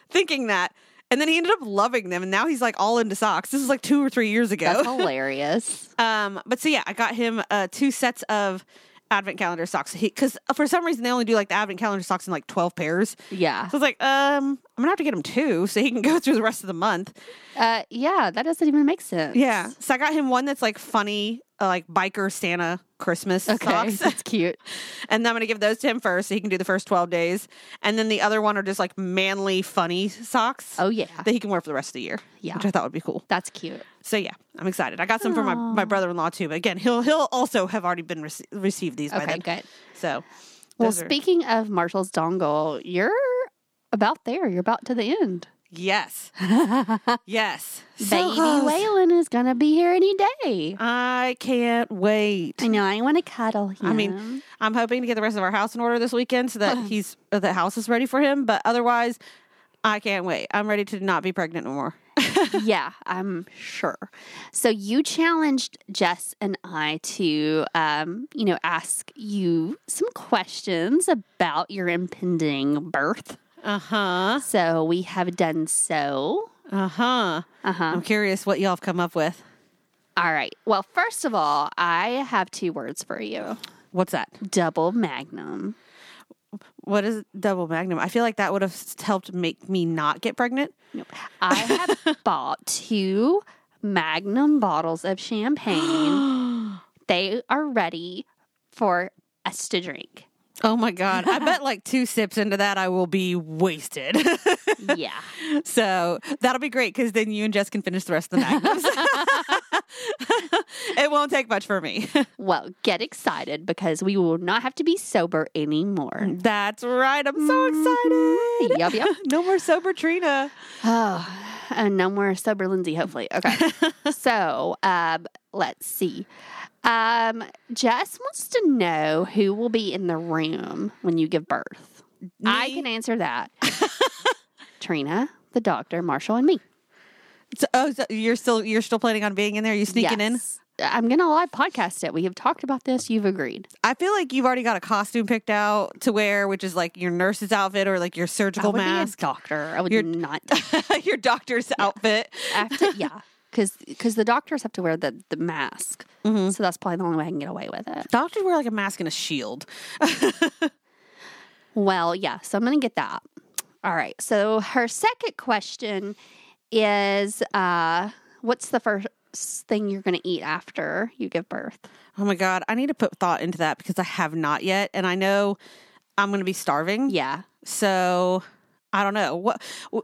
thinking that. And then he ended up loving them. And now he's like all into socks. This is like two or three years
That's
ago.
hilarious.
Um, but so yeah, I got him uh, two sets of advent calendar socks. Because for some reason, they only do like the advent calendar socks in like 12 pairs.
Yeah.
So I was like, um, I'm going to have to get him two so he can go through the rest of the month.
Uh, yeah, that doesn't even make sense.
Yeah. So I got him one that's like funny, uh, like biker Santa Christmas
Okay.
socks.
That's cute.
And I'm going to give those to him first so he can do the first 12 days. And then the other one are just like manly, funny socks
Oh, yeah.
that he can wear for the rest of the year.
Yeah.
Which I thought would be cool.
That's cute.
So yeah, I'm excited. I got some for my, my brother in law too. But again, he'll he'll also have already been rece- received these by
Okay,
then.
good.
So
Well,
those are-
speaking of Marshall's dongle, you're about there. You're about to the end.
yes. yes. So Um,
Baby
close.
Waylon is going to be here any day.
I can't wait.
I know. I want to cuddle him.
I mean, I'm hoping to get the rest of our house in order this weekend so that he's uh, the house is ready for him. But otherwise, I can't wait. I'm ready to not be pregnant no more.
yeah, I'm sure. So you challenged Jess and I to, um, you know, ask you some questions about your impending birth.
Uh huh.
So we have done so.
Uh huh.
Uh huh.
I'm curious what y'all have come up with.
All right. Well, first of all, I have two words for you:
What's that?
double magnum.
What is double magnum? I feel like that would have s- helped make me not get pregnant.
I have bought two magnum bottles of champagne. they are ready for us to drink.
Oh my God. I bet like two sips into that, I will be wasted.
Yeah.
so that'll be great because then you and Jess can finish the rest of the magnums. it won't take much for me.
Well, get excited because we will not have to be sober anymore.
That's right. I'm so excited.
Yup, yup.
No more sober Trina.
Oh, and no more sober Lindsay, hopefully. Okay. so, um, let's see. Um, Jess wants to know who will be in the room when you give birth. I
Me.
can answer that. Trina, the doctor, Marshall, and me.
So, oh, so you're still you're still planning on being in there? Are you sneaking in?
Yes. I'm going to live podcast it. We have talked about this. You've agreed.
I feel like you've already got a costume picked out to wear, which is like your nurse's outfit or like your surgical
I would
mask,
be a doctor. I would
You're-
not.
your doctor's outfit.
After, yeah. because the doctors have to wear the, the mask.
Mm-hmm.
So that's probably the only way I can get away with it.
Doctors wear like a mask and a shield.
Well, yeah, so I'm going to get that. All right. So her second question is uh, what's the first thing you're going to eat after you give birth?
Oh my God. I need to put thought into that because I have not yet. And I know I'm going to be starving.
Yeah.
So I don't know. What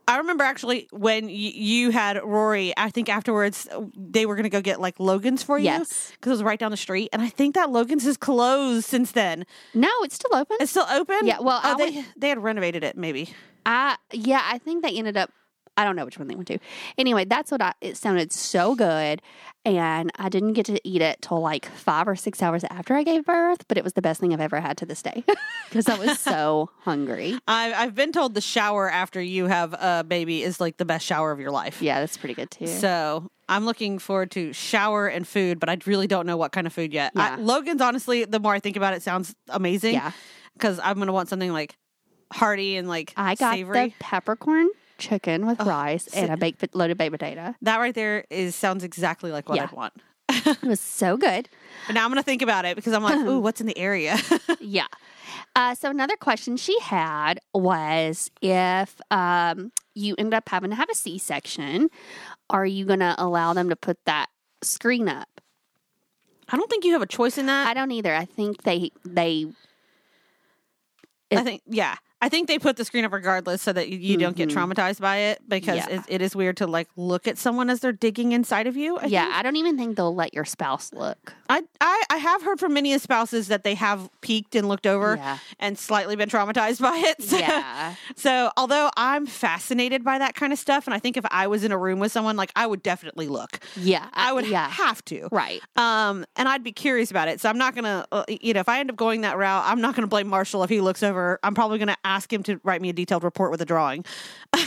I remember actually when y- you had Rory, I think afterwards uh, they were going to go get like Logan's for you
Yes.
because it was right down the street. And I think that Logan's is closed since then.
No, it's still open.
It's still open?
Yeah, well,
oh,
I
they, they had renovated it maybe.
I yeah, I think they ended up. I don't know which one they went to. Anyway, that's what I. It sounded so good, and I didn't get to eat it till like five or six hours after I gave birth. But it was the best thing I've ever had to this day because I was so hungry.
I, I've been told the shower after you have a baby is like the best shower of your life.
Yeah, that's pretty good too.
So I'm looking forward to shower and food, but I really don't know what kind of food yet. I,
Yeah.
Logan's honestly, the more I think about it, sounds amazing.
Yeah.
because I'm gonna want something like hearty and like
I got
savory. Oh,
the peppercorn chicken with rice and a baked pot- loaded baked potato.
that right there is sounds exactly like what
Yeah.
I'd want.
It was so good.
But now I'm gonna think about it because I'm like, ooh, what's in the area?
Yeah. Uh, so another question she had was if um, you end up having to have a C-section, are you going to allow them to put that screen up?
I don't think you have a choice in that.
I don't either. I think they they
I think yeah. I think they put the screen up regardless so that you, you don't get traumatized by it because
Mm-hmm. Yeah.
it, it is weird to like look at someone as they're digging inside of you. I
yeah.
think.
I don't even think they'll let your spouse look.
I, I I have heard from many spouses that they have peeked and looked over
Yeah.
and slightly been traumatized by it. So,
Yeah.
so although I'm fascinated by that kind of stuff, and I think if I was in a room with someone, like I would definitely look.
Yeah.
I would
Uh, Yeah.
have to.
right.
Um, and I'd be curious about it. So I'm not gonna, uh, you know, if I end up going that route, I'm not gonna blame Marshall if he looks over. I'm probably gonna ask him to write me a detailed report with a drawing.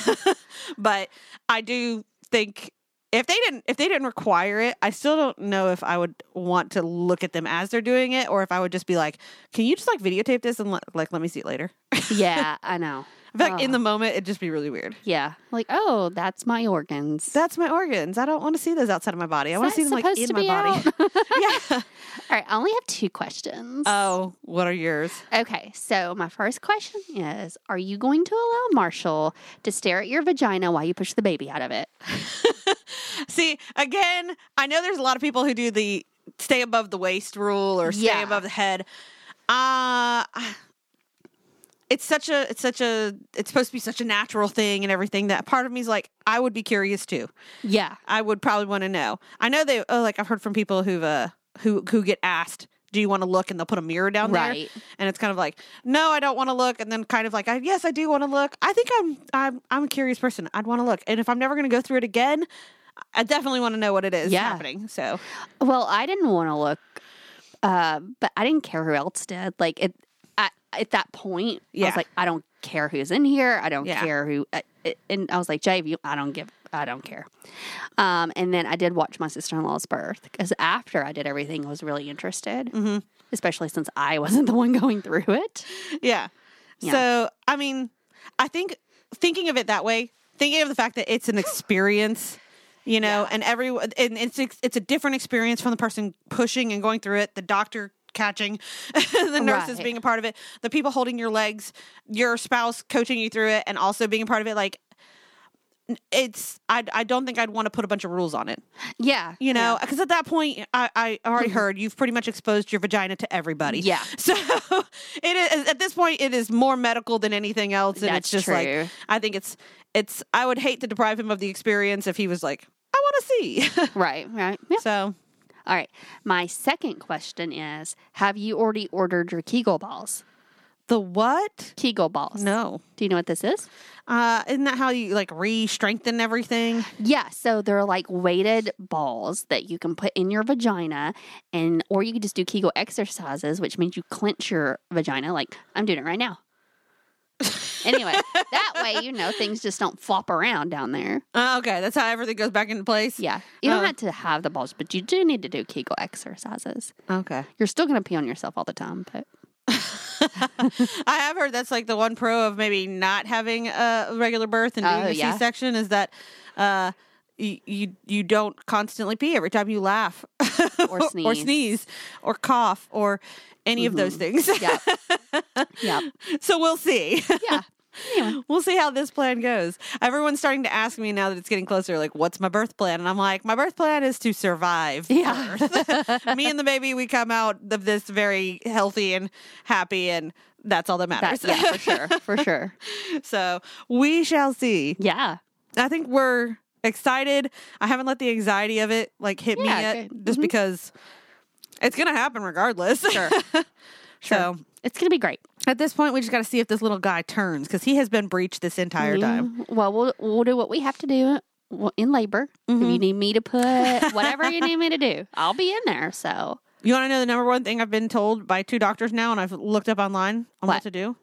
but I do think if they didn't, if they didn't require it, I still don't know if I would want to look at them as they're doing it, or if I would just be like, "Can you just like videotape this and let, like let me see it later?"
Yeah. I know.
In fact, in
Oh.
the moment, it'd just be really weird.
Yeah. Like oh, that's my organs.
That's my organs. I don't want to see those outside of my body. I
Is that
want to see them like
supposed
in
to
my
be
body. yeah.
All right. I only have two questions.
Oh, what are yours?
Okay, so my first question is Are you going to allow Marshall to stare at your vagina while you push the baby out of it?
See, again, I know there's a lot of people who do the stay above the waist rule or stay
Yeah.
above the head. Uh it's such a it's such a it's supposed to be such a natural thing and everything that part of me's like I would be curious too.
Yeah.
I would probably want to know. I know they oh, like I've heard from people who've uh who who get asked do you want to look and they'll put a mirror down
Right.
there and it's kind of like no i don't want to look and then kind of like I, yes i do want to look i think i'm i'm i'm a curious person i'd want to look and if i'm never going to go through it again i definitely want to know what it is
Yeah.
happening so
Well, I didn't want to look, uh, but I didn't care who else did. Like, it, I, at that point, I
Yeah.
was like, I don't care who's in here. I don't
Yeah.
care who. I, it- and I was like, Jay, if you, I don't give, I don't care. Um, and then I did watch my sister in law's birth because after I did everything, I was really interested,
Mhm.
especially since I wasn't the one going through it.
yeah.
Yeah.
so i mean i think thinking of it that way thinking of the fact that it's an experience you know and every and it's it's a different experience from the person pushing and going through it the doctor catching the nurses
Right.
being a part of it the people holding your legs your spouse coaching you through it and also being a part of it like it's I, I don't think I'd want to put a bunch of rules on it,
Yeah. Mm-hmm.
you know, because at that point I I already heard you've pretty much exposed your vagina to everybody.
Yeah.
So it is at this point it is more medical than anything else, and
That's
it's just
true.
like I think it's it's I would hate to deprive him of the experience if he was like I want to see.
Right. Right. Yeah.
so
All right. My second question is Have you already ordered your Kegel balls?
the what?
Kegel balls.
No,
Do you know what this is?
uh, isn't that how you like re-strengthen everything?
Yeah. So they're like weighted balls that you can put in your vagina, and or you can just do Kegel exercises, which means you clench your vagina. Like I'm doing it right now. anyway, that way you know things just don't flop around down there.
Uh, okay, that's how everything goes back into place.
Yeah, you don't
Oh.
have to have the balls, but you do need to do Kegel exercises.
Okay.
You're still going to pee on yourself all the time, but
I have heard that's like the one pro of maybe not having a regular birth and doing
Oh,
a
yeah.
section is that uh, you, you you don't constantly pee every time you laugh
Or
or
sneeze. Mm-hmm.
sneeze or cough or any of those things.
Yep. yep.
so we'll see.
Yeah. Anyway.
We'll see how this plan goes. Everyone's starting to ask me now that it's getting closer, like, what's my birth plan? And I'm like, my birth plan is to survive
Yeah.
birth. me and the baby, we come out of this very healthy and happy, and that's all that matters.
That, yeah, for sure. For sure.
so we shall see.
Yeah.
I think we're excited. I haven't let the anxiety of it like hit me
Yeah,
yet,
good.
just
Mhm.
because it's gonna happen regardless. Sure. So
It's going to be great.
at this point, we just got to see if this little guy turns because he has been breached this entire time.
Yeah. Well, we'll we'll do what we have to do w- in labor. If you need me to put whatever you need me to do, I'll be in there. So
You want to know the number one thing I've been told by two doctors now, and I've looked up online on what,
What?
to do.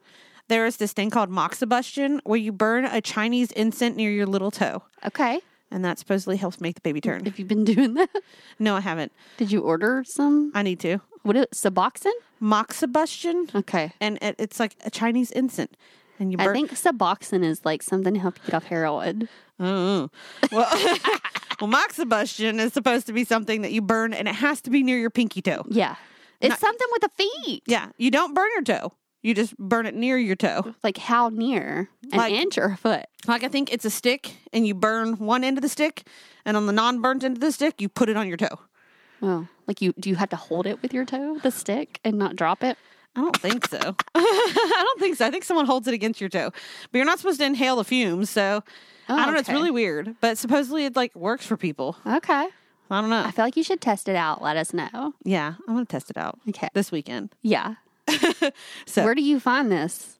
There is this thing called moxibustion where you burn a Chinese incense near your little toe,
okay,
and that supposedly helps make the baby turn.
if you've been doing that,
No, I haven't.
did you order some?
I need to.
What is Suboxone?
Moxibustion,
Okay.
and it, it's like a Chinese incense, and you burn.
I think Suboxone is like something to help you get off heroin.
Oh. Well, well, moxibustion is supposed to be something that you burn, and it has to be near your pinky toe.
Yeah. It's something with the feet.
Yeah, you don't burn your toe; you just burn it near your toe.
Like how near? An
Like-
inch or a foot?
Like I think it's a stick, and you burn one end of the stick, and on the non-burnt end of the stick, you put it on your toe.
Oh, like you? Do you have to hold it with your toe, the stick, and not drop it?
I don't think so. I don't think so. I think someone holds it against your toe, but you're not supposed to inhale the fumes. So
Oh,
I don't know. It's
okay.
really weird, but supposedly it like works for people.
Okay.
I don't know.
I feel like you should test it out. Let us know.
Yeah, I'm gonna test it out
Okay.
this weekend.
Yeah.
So-
where do you find this?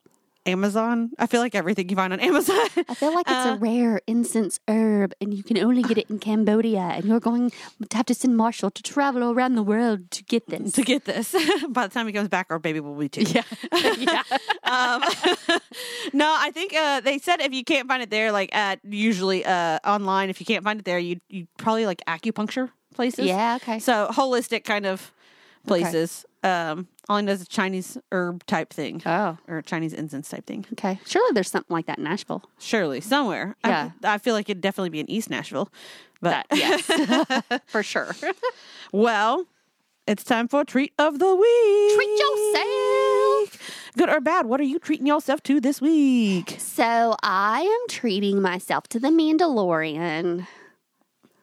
Amazon. I feel like everything you find on Amazon.
I feel like it's a rare incense herb, and you can only get it in Cambodia. And you're going to have to send Marshall to travel around the world to get this.
to get this. By the time he comes back, our baby will be two. Yeah.
yeah.
Um, no, I think uh, they said if you can't find it there, like at usually uh, online, if you can't find it there, you you probably like acupuncture places.
Yeah. Okay.
So holistic kind of places. Um, all I know is a Chinese herb type thing.
Oh.
Or Chinese incense type thing.
Okay. Surely there's something like that in Nashville.
Surely, somewhere.
Yeah.
I, I feel like it'd definitely be in East Nashville. But
yes, for sure.
well, it's time for treat of the week.
Treat yourself.
Good or bad, what are you treating yourself to this week?
So I am treating myself to The Mandalorian.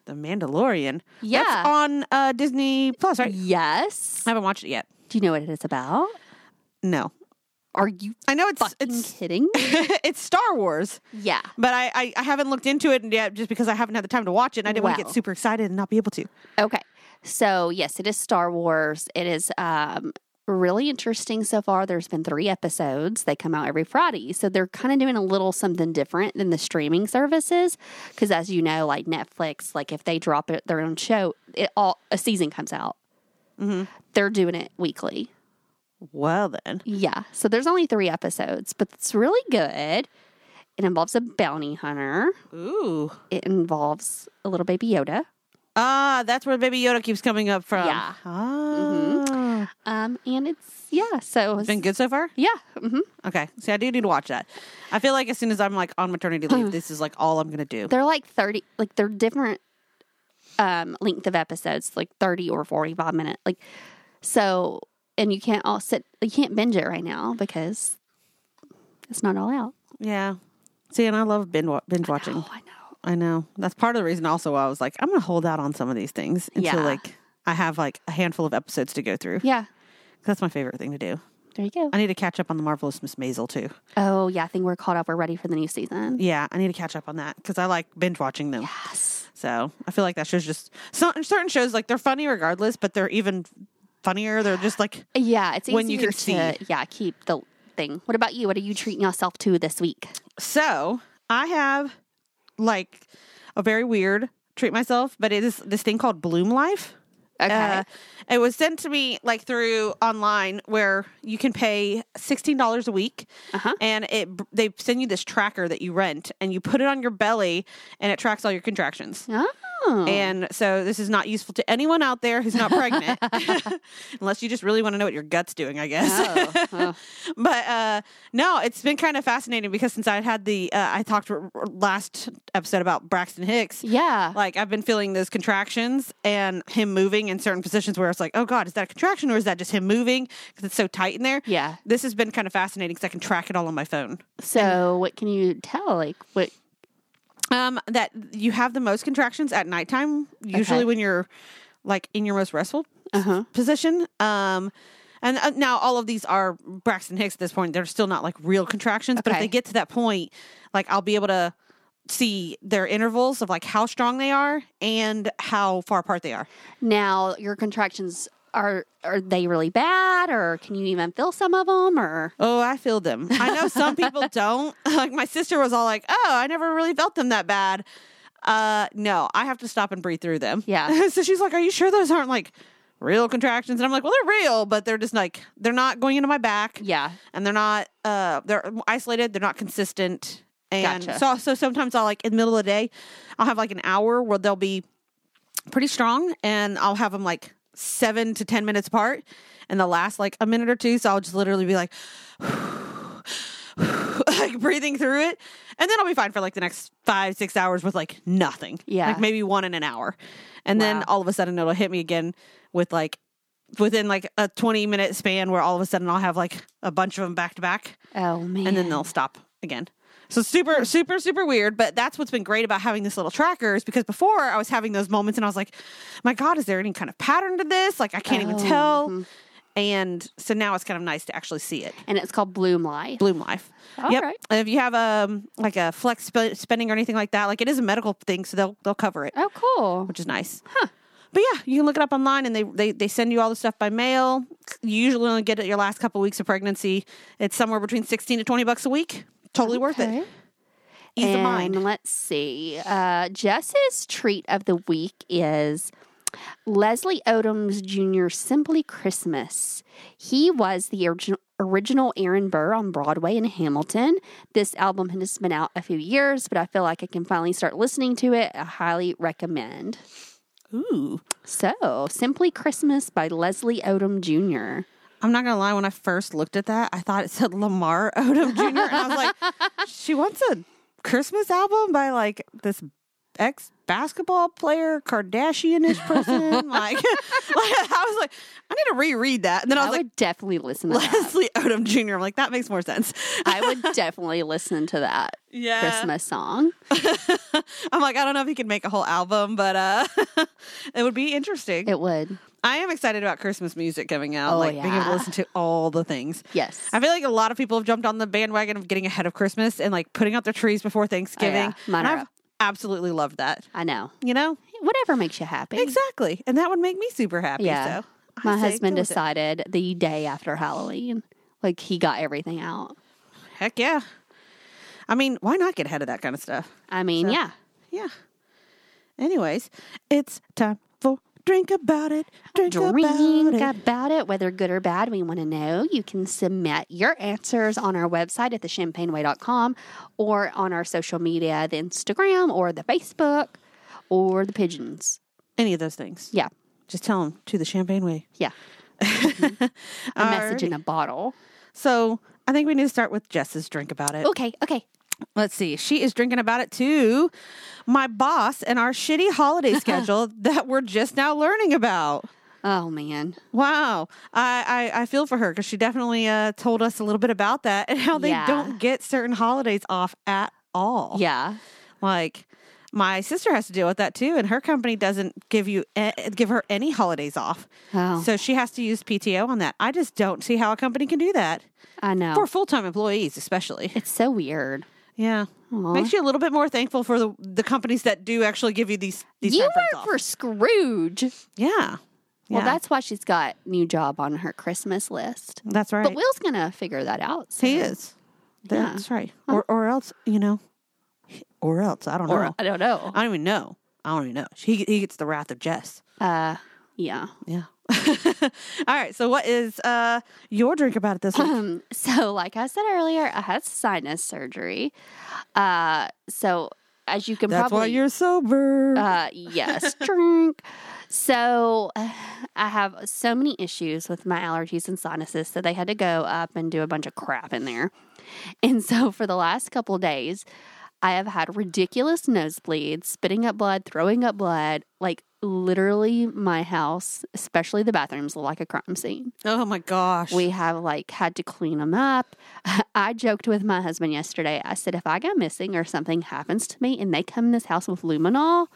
The Mandalorian.
Yeah.
That's on uh, Disney Plus, right?
Yes.
I haven't watched it yet.
Do you know what it is about?
No.
Are you
I know it's
fucking
it's
kidding?
it's Star Wars,
yeah.
but I, I I haven't looked into it yet just because I haven't had the time to watch it and I didn't want to
Well.
get super excited and not be able to.
Okay. So, yes, it is Star Wars. It is um, really interesting so far. There's been three episodes. They come out every Friday. So, they're kind of doing a little something different than the streaming services. Because, as you know, like Netflix, like if they drop it, their own show, it all a season comes out.
Mm-hmm.
They're doing it weekly.
Well then.
Yeah. So, there's only three episodes, but it's really good. It involves a bounty hunter,
Ooh.
it involves a little baby Yoda.
Ah, that's where Baby Yoda keeps coming up from.
Yeah.
Ah.
Um, and it's, yeah. So,
Been good so far?
yeah. hmm.
Okay. See, I do need to watch that. I feel like as soon as I'm like on maternity leave, this is like all I'm gonna do.
they're like 30 like they're different um length of episodes like 30 or 45 minute like so and you can't all sit you can't binge it right now because it's not all out
Yeah. See, and I love binge, wa- binge watching.
Oh, i know
I know. That's part of the reason also why I was like, I'm going to hold out on some of these things until
Yeah.
like I have like a handful of episodes to go through.
yeah
That's my favorite thing to do.
there you go
I need to catch up on the marvelous Miss Maisel too.
oh yeah i think we're caught up we're ready for the new season
Yeah, I need to catch up on that because I like binge watching them.
yes
So I feel like that show's just so, certain shows like they're funny regardless, but they're even funnier. They're just like
yeah it's easier
When you can
to yeah keep the thing what about you what are you treating yourself to this week
So I have like a very weird treat myself, but it is this thing called Bloom Life. Uh,
Okay.
it was sent to me like through online where you can pay sixteen dollars a week,
Uh-huh.
and it they send you this tracker that you rent and you put it on your belly and it tracks all your contractions.
oh Oh.
And so this is not useful to anyone out there who's not pregnant, unless you just really want to know what your gut's doing, I guess.
Oh, oh.
but uh, no, it's been kind of fascinating because since I had the, uh, I talked r- r- last episode about Braxton Hicks.
yeah.
Like I've been feeling those contractions and him moving in certain positions where it's like, oh God, is that a contraction or is that just him moving? Because it's so tight in there.
Yeah.
This has been kind of fascinating because I can track it all on my phone.
So what can you tell? Like what?
Um, that you have the most contractions at nighttime, usually
Okay.
when you're like in your most restful
Uh huh.
position. Um, and uh, now all of these are Braxton Hicks at this point. They're still not like real contractions, but if
Okay.
they get to that point, like I'll be able to see their intervals of like how strong they are and how far apart they are.
Now your contractions are are they really bad, or can you even feel some of them? Or
Oh, I feel them. I know some people don't. Like my sister was all like, "Oh, I never really felt them that bad." Uh, no, I have to stop and breathe through them.
Yeah.
so she's like, "Are you sure those aren't like real contractions?" And I'm like, "Well, they're real, but they're just like they're not going into my back,
yeah,
and they're not uh they're isolated. They're not consistent." And
Gotcha.
so, so sometimes I'll like in the middle of the day, I'll have like an hour where they'll be pretty strong, and I'll have them like seven to ten minutes apart, and they'll last like a minute or two. So I'll just literally be like, like breathing through it, and then I'll be fine for like the next five six hours with like nothing.
Yeah.
like maybe one in an hour, and
Wow.
then all of a sudden it'll hit me again with like within like a twenty minute span where all of a sudden I'll have like a bunch of them back to back
oh man,
and then they'll stop again. So super, super, super weird. But that's what's been great about having this little tracker is because before I was having those moments and I was like, my God, is there any kind of pattern to this? Like I can't even
Oh,
tell. And so now it's kind of nice to actually see it.
and it's called Bloom Life.
Bloom Life.
All
yep.
right.
And if you have um like a flex sp- spending or anything like that, like it is a medical thing, so they'll they'll cover it,
Oh, cool.
which is nice. Huh. But yeah, you can look it up online, and they, they they send you all the stuff by mail. You usually only get it your last couple weeks of pregnancy. It's somewhere between sixteen to twenty bucks a week. Totally worth it.
Okay.
Ease
and
of mind.
Let's see. Uh, Jess's treat of the week is Leslie Odom's Jr. Simply Christmas. He was the origi- original Aaron Burr on Broadway in Hamilton. This album has been out a few years, but I feel like I can finally start listening to it. I highly recommend.
Ooh.
So, Simply Christmas by Leslie Odom Jr.
I'm not gonna lie, when I first looked at that, I thought it said Lamar Odom Jr. and I was like, she wants a Christmas album by like this ex basketball player, Kardashian ish person. like, like, I was like, I need to reread that. And then I
I,
was
would
like,
definitely listen to that.
Leslie Odom Jr. I'm like, that makes more sense.
I would definitely listen to that
Yeah.
Christmas song.
I'm like, I don't know if he could make a whole album, but uh it would be interesting.
It would.
I am excited about Christmas music coming out.
Oh,
like being able
yeah.
to listen to all the things.
Yes.
I feel like a lot of people have jumped on the bandwagon of getting ahead of Christmas and like putting out their trees before Thanksgiving.
Oh, Mine
And
are
I've
up.
absolutely loved that.
I know.
You know?
Whatever makes you happy.
Exactly. And that would make me super happy.
Yeah.
So I
My
say
husband
go with it.
decided the day after Halloween. Like he got everything out.
Heck yeah. I mean, why not get ahead of that kind of stuff?
I mean, yeah.
Yeah. Anyways, it's time for drink about it. Drink,
Drink about
about
it.
it.
whether good or bad, we want to know. You can submit your answers on our website at thechampagneway.com or on our social media, the Instagram or the Facebook or the pigeons.
Any of those things.
Yeah.
Just tell them to the champagne way.
Yeah. A message in a bottle.
So I think we need to start with Jess's drink about it.
Okay. Okay.
Let's see. She is drinking about it too. My boss and our shitty holiday schedule that we're just now learning about.
Oh, man.
Wow. I, I, I feel for her because she definitely uh, told us a little bit about that and how they
Yeah.
don't get certain holidays off at all.
Yeah.
Like, my sister has to deal with that too, and her company doesn't give you eh, give her any holidays off,
Oh,
so she has to use PTO on that. I just don't see how a company can do that
I know.
for full time employees, especially.
it's so weird.
Yeah.
Aw.
Makes you a little bit more thankful for the the companies that do actually give you these these
you
time frames
work
off.
for Scrooge.
yeah.
Well,
Yeah.
that's why she's got new job on her Christmas list.
that's right.
But Will's gonna figure that out. So.
he is. That's right. Or or else, you know. Or else, I don't
Or
know.
I don't know.
I don't even know. I don't even know. He he gets the wrath of Jess.
Uh, yeah.
Yeah. All right. So what is uh your drink about it this week?
Um, so, like I said earlier, I had sinus surgery. Uh, so as you can
That's
probably
why you're sober.
uh yes drink so i have so many issues with my allergies and sinuses so they had to go up and do a bunch of crap in there and so for the last couple days i have had ridiculous nosebleeds spitting up blood throwing up blood like literally my house especially the bathrooms look like a crime scene
oh my gosh.
we have like had to clean them up i joked with my husband yesterday i said if i go missing or something happens to me and they come in this house with luminol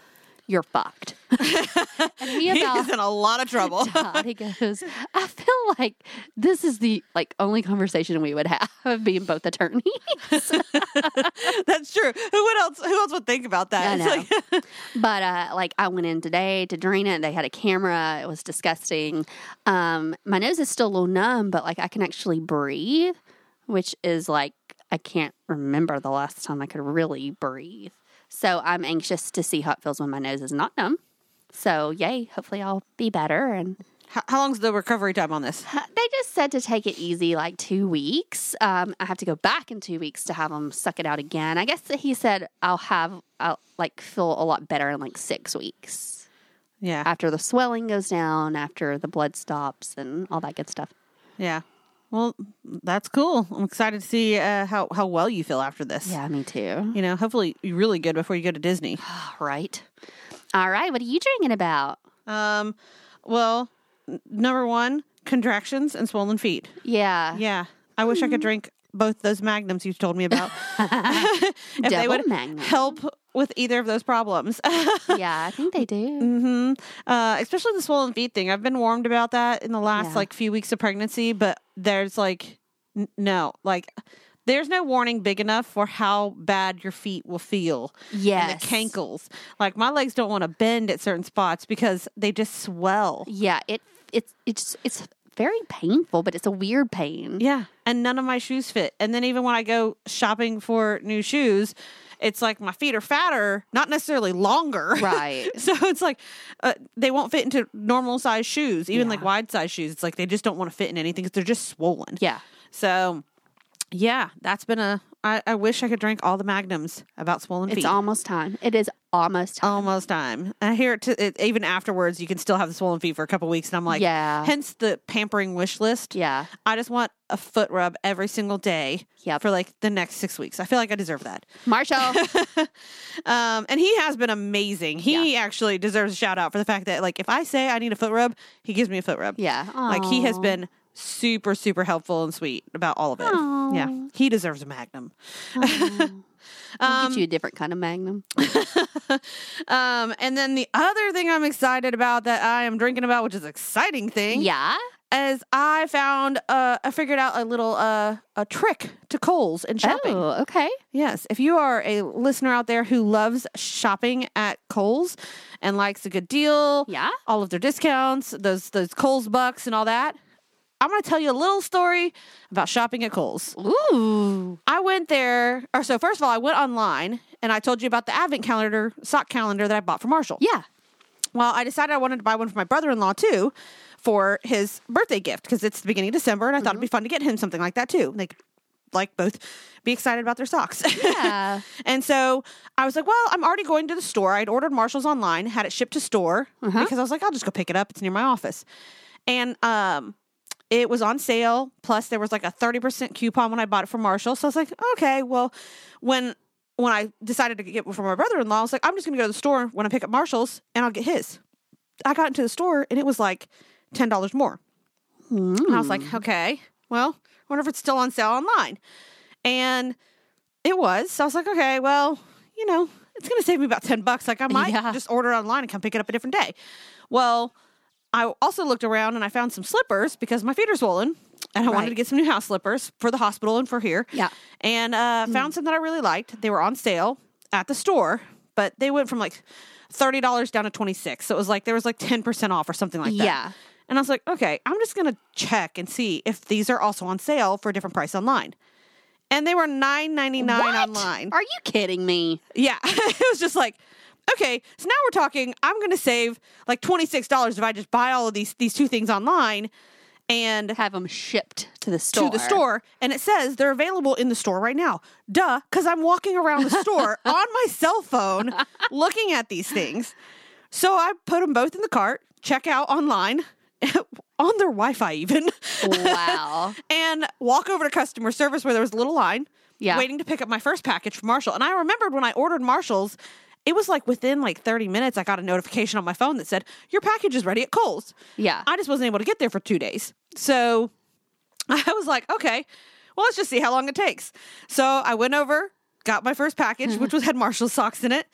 you're fucked and he
He's
about
in a lot of trouble.
died. he goes i feel like this is the like only conversation we would have being both attorneys
That's true. Who would else? Who else would think about that?
I
It's like-
But uh, like I went in today to drain it. They had a camera. It was disgusting. Um, my nose is still a little numb, but like I can actually breathe, which is like I can't remember the last time I could really breathe. So I'm anxious to see how it feels when my nose is not numb. So yay! Hopefully I'll be better. And uh,
how, how long's the recovery time on this?
they just said to take it easy, like two weeks. Um, I have to go back in two weeks to have them suck it out again. I guess that he said I'll have I'll like feel a lot better in like six weeks
Yeah,
after the swelling goes down, after the blood stops, and all that good stuff.
yeah. Well, that's cool. I'm excited to see uh, how how well you feel after this.
Yeah, me too.
You know, hopefully you're really good before you go to Disney.
Right. All right. What are you drinking about?
Um, well, n- number one, contractions and swollen feet.
Yeah.
Yeah, I wish I could drink both those magnums you told me about. if they
Double
would
Magnum.
help with either of those problems.
yeah, I think they do.
hmm Uh, especially the swollen feet thing. I've been warned about that in the last
Yeah.
like few weeks of pregnancy, but there's like n- no like. There's no warning big enough for how bad your feet will feel.
Yes.
And the cankles. Like my legs don't want to bend at certain spots because they just swell.
Yeah, it it's it's it's very painful, but it's a weird pain.
Yeah. And none of my shoes fit. And then even when I go shopping for new shoes, it's like my feet are fatter, not necessarily longer.
Right.
so it's like uh, they won't fit into normal size shoes, even like
Yeah.
wide size shoes. It's like they just don't want to fit in anything because they're just swollen.
Yeah.
So, yeah, that's been a. I, I wish I could drink all the magnums about swollen
It's
feet. Oh
almost time. It is almost time.
Almost time. I hear it, to, it even afterwards. You can still have the swollen feet for a couple weeks, and I'm like,
Yeah.
Hence the pampering wish list.
yeah.
I just want a foot rub every single day
Yep.
for like the next six weeks. I feel like I deserve that.
Marshall.
Um, and he has been amazing. He actually deserves a shout out for the fact that like if I say I need a foot rub, he gives me a foot rub.
yeah.
Like he has
Aw.
been super super helpful and sweet about all of it. Yeah.
Aw.
He deserves a magnum.
Aw. We'll
Um,
get you a different kind of Magnum.
um and then the other thing I'm excited about that I am drinking about which is an exciting thing
Yeah.
is I found uh I figured out a little uh a trick to Kohl's and shopping.
Oh, okay.
Yes. If you are a listener out there who loves shopping at Kohl's and likes a good deal,
Yeah.
all of their discounts, those those Kohl's bucks and all that, I'm gonna tell you a little story about shopping at Kohl's.
Ooh.
I went there or so first of all, I went online and I told you about the advent calendar, sock calendar that I bought for Marshall.
Yeah.
Well, I decided I wanted to buy one for my brother in law too for his birthday gift because it's the beginning of December and I thought
Mm-hmm.
it'd be fun to get him something like that too. Like like both be excited about their socks.
Yeah.
And so I was like, well, I'm already going to the store. I'd ordered Marshall's online, had it shipped to store because I was like, I'll just go pick it up. It's near my office. And um, it was on sale. Plus, there was like a 30% coupon when I bought it from Marshall. So I was like, okay, well, when when I decided to get one for my brother in law, I was like, I'm just going to go to the store when I pick up Marshall's and I'll get his. I got into the store and it was like $10 more. And I was like, okay, well, I wonder if it's still on sale online. And it was. So I was like, okay, well, you know, it's going to save me about 10 bucks. Like, I might
Yeah.
just order it online and come pick it up a different day. Well, I also looked around and I found some slippers because my feet are swollen and I wanted
Right.
to get some new house slippers for the hospital and for here.
Yeah. Mm.
And uh, found some that I really liked. They were on sale at the store, but they went from like $30 down to 26 So it was like there was like 10% off or something like that.
Yeah.
And I was like, okay, I'm just going to check and see if these are also on sale for a different price online. And they were nine ninety nine
What?
online.
Are you kidding me?
Yeah. it was just like, okay, so now we're talking, I'm gonna save like twenty six dollars if I just buy all of these these two things online. and
Have them shipped to the store.
to the store and it says they're available in the store right now. Duh, because I'm walking around the store on my cell phone looking at these things. So I put them both in the cart, check out online, on their Wi Fi even,
Wow.
and walk over to customer service where there was a little line
Yeah.
waiting to pick up my first package from Marshall. And I remembered when I ordered Marshall's. It was like within like 30 minutes, I got a notification on my phone that said, Your package is ready at Kohl's.
Yeah.
I just wasn't able to get there for two days. So I was like, okay, well, let's just see how long it takes. So I went over, got my first package, which was had Marshall socks in it.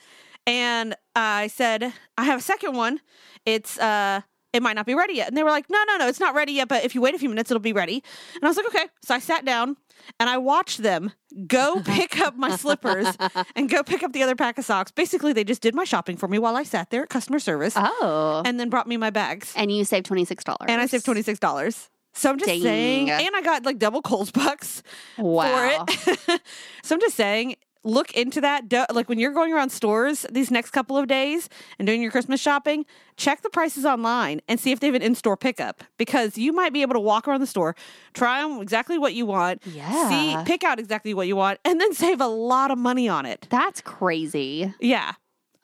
And I said, I have a second one. It's, uh, it might not be ready yet. And they were like, no, no, no, it's not ready yet, but if you wait a few minutes, it'll be ready. And I was like, okay. So I sat down and I watched them go pick up my slippers and go pick up the other pack of socks. Basically, they just did my shopping for me while I sat there at customer service
oh.
and then brought me my bags.
And you saved twenty six dollars.
And I saved twenty six dollars. So I'm just
Dang.
saying, and I got like double Kohl's bucks
Wow.
for it. so I'm just saying, look into that. Do- like when you're going around stores these next couple of days and doing your Christmas shopping, check the prices online and see if they have an in store pickup because you might be able to walk around the store, try on exactly what you want, see,
Yeah.
pick out exactly what you want, and then save a lot of money on it.
That's crazy.
Yeah.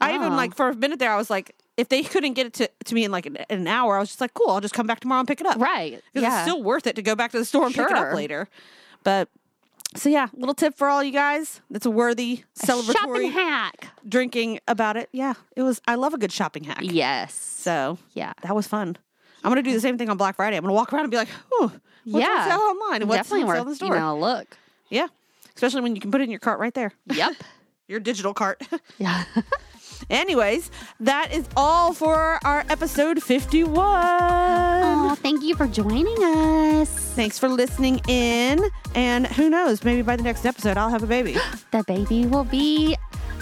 I even
Oh.
like for a minute there, I was like, if they couldn't get it to, to me in like an, an hour, I was just like, cool, I'll just come back tomorrow and pick it up.
Right.
Because
Yeah.
it's still worth it to go back to the store and pick it up
Sure.
later. But so yeah, little tip for all you guys. That's a worthy
shopping
celebratory
hack.
drinking about it. Yeah, it was. I love a good shopping hack.
Yes.
So
Yeah.
that was fun. I'm gonna do the same thing on Black Friday. I'm gonna walk around and be like, "Ooh, what's
Yeah.
on sale online? and What's
Definitely
on sale in
worth
the
you
store?"
know a look.
Yeah, especially when you can put it in your cart right there,
Yep.
your digital cart.
yeah.
Anyways, that is all for our episode 51.
oh, thank you for joining us.
Thanks for listening in. And who knows, maybe by the next episode, I'll have a baby.
The baby will be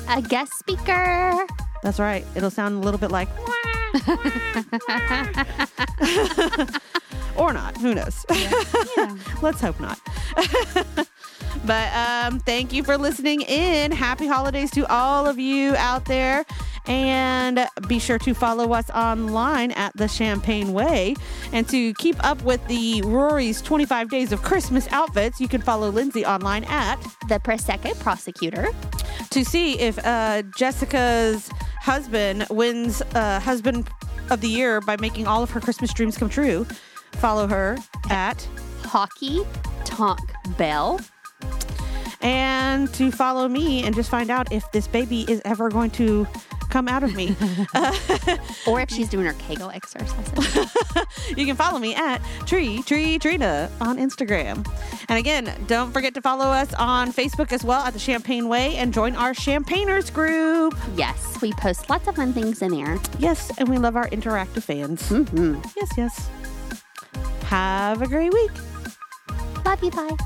a guest speaker.
That's right. It'll sound a little bit like or not. Who knows?
Yeah.
Let's hope not. but um, thank you for listening in. Happy holidays to all of you out there. And be sure to follow us online at The Champagne Way. And to keep up with the Rory's 25 Days of Christmas outfits, you can follow Lindsay online at
the Prosecco prosecutor.
to see if uh, Jessica's husband wins uh, Husband of the Year by making all of her Christmas dreams come true. Follow her at
Hockey Tonk Bell.
and to follow me and just find out if this baby is ever going to come out of me.
Or if she's doing her Kegel exercises.
you can follow me at Tree Tree Trina on Instagram. And again, don't forget to follow us on Facebook as well at the Champagne Way and join our Champagners group.
yes, we post lots of fun things in there.
Yes, and we love our interactive fans.
Mm-hmm.
Yes, yes. Have a great week.
Love you, bye.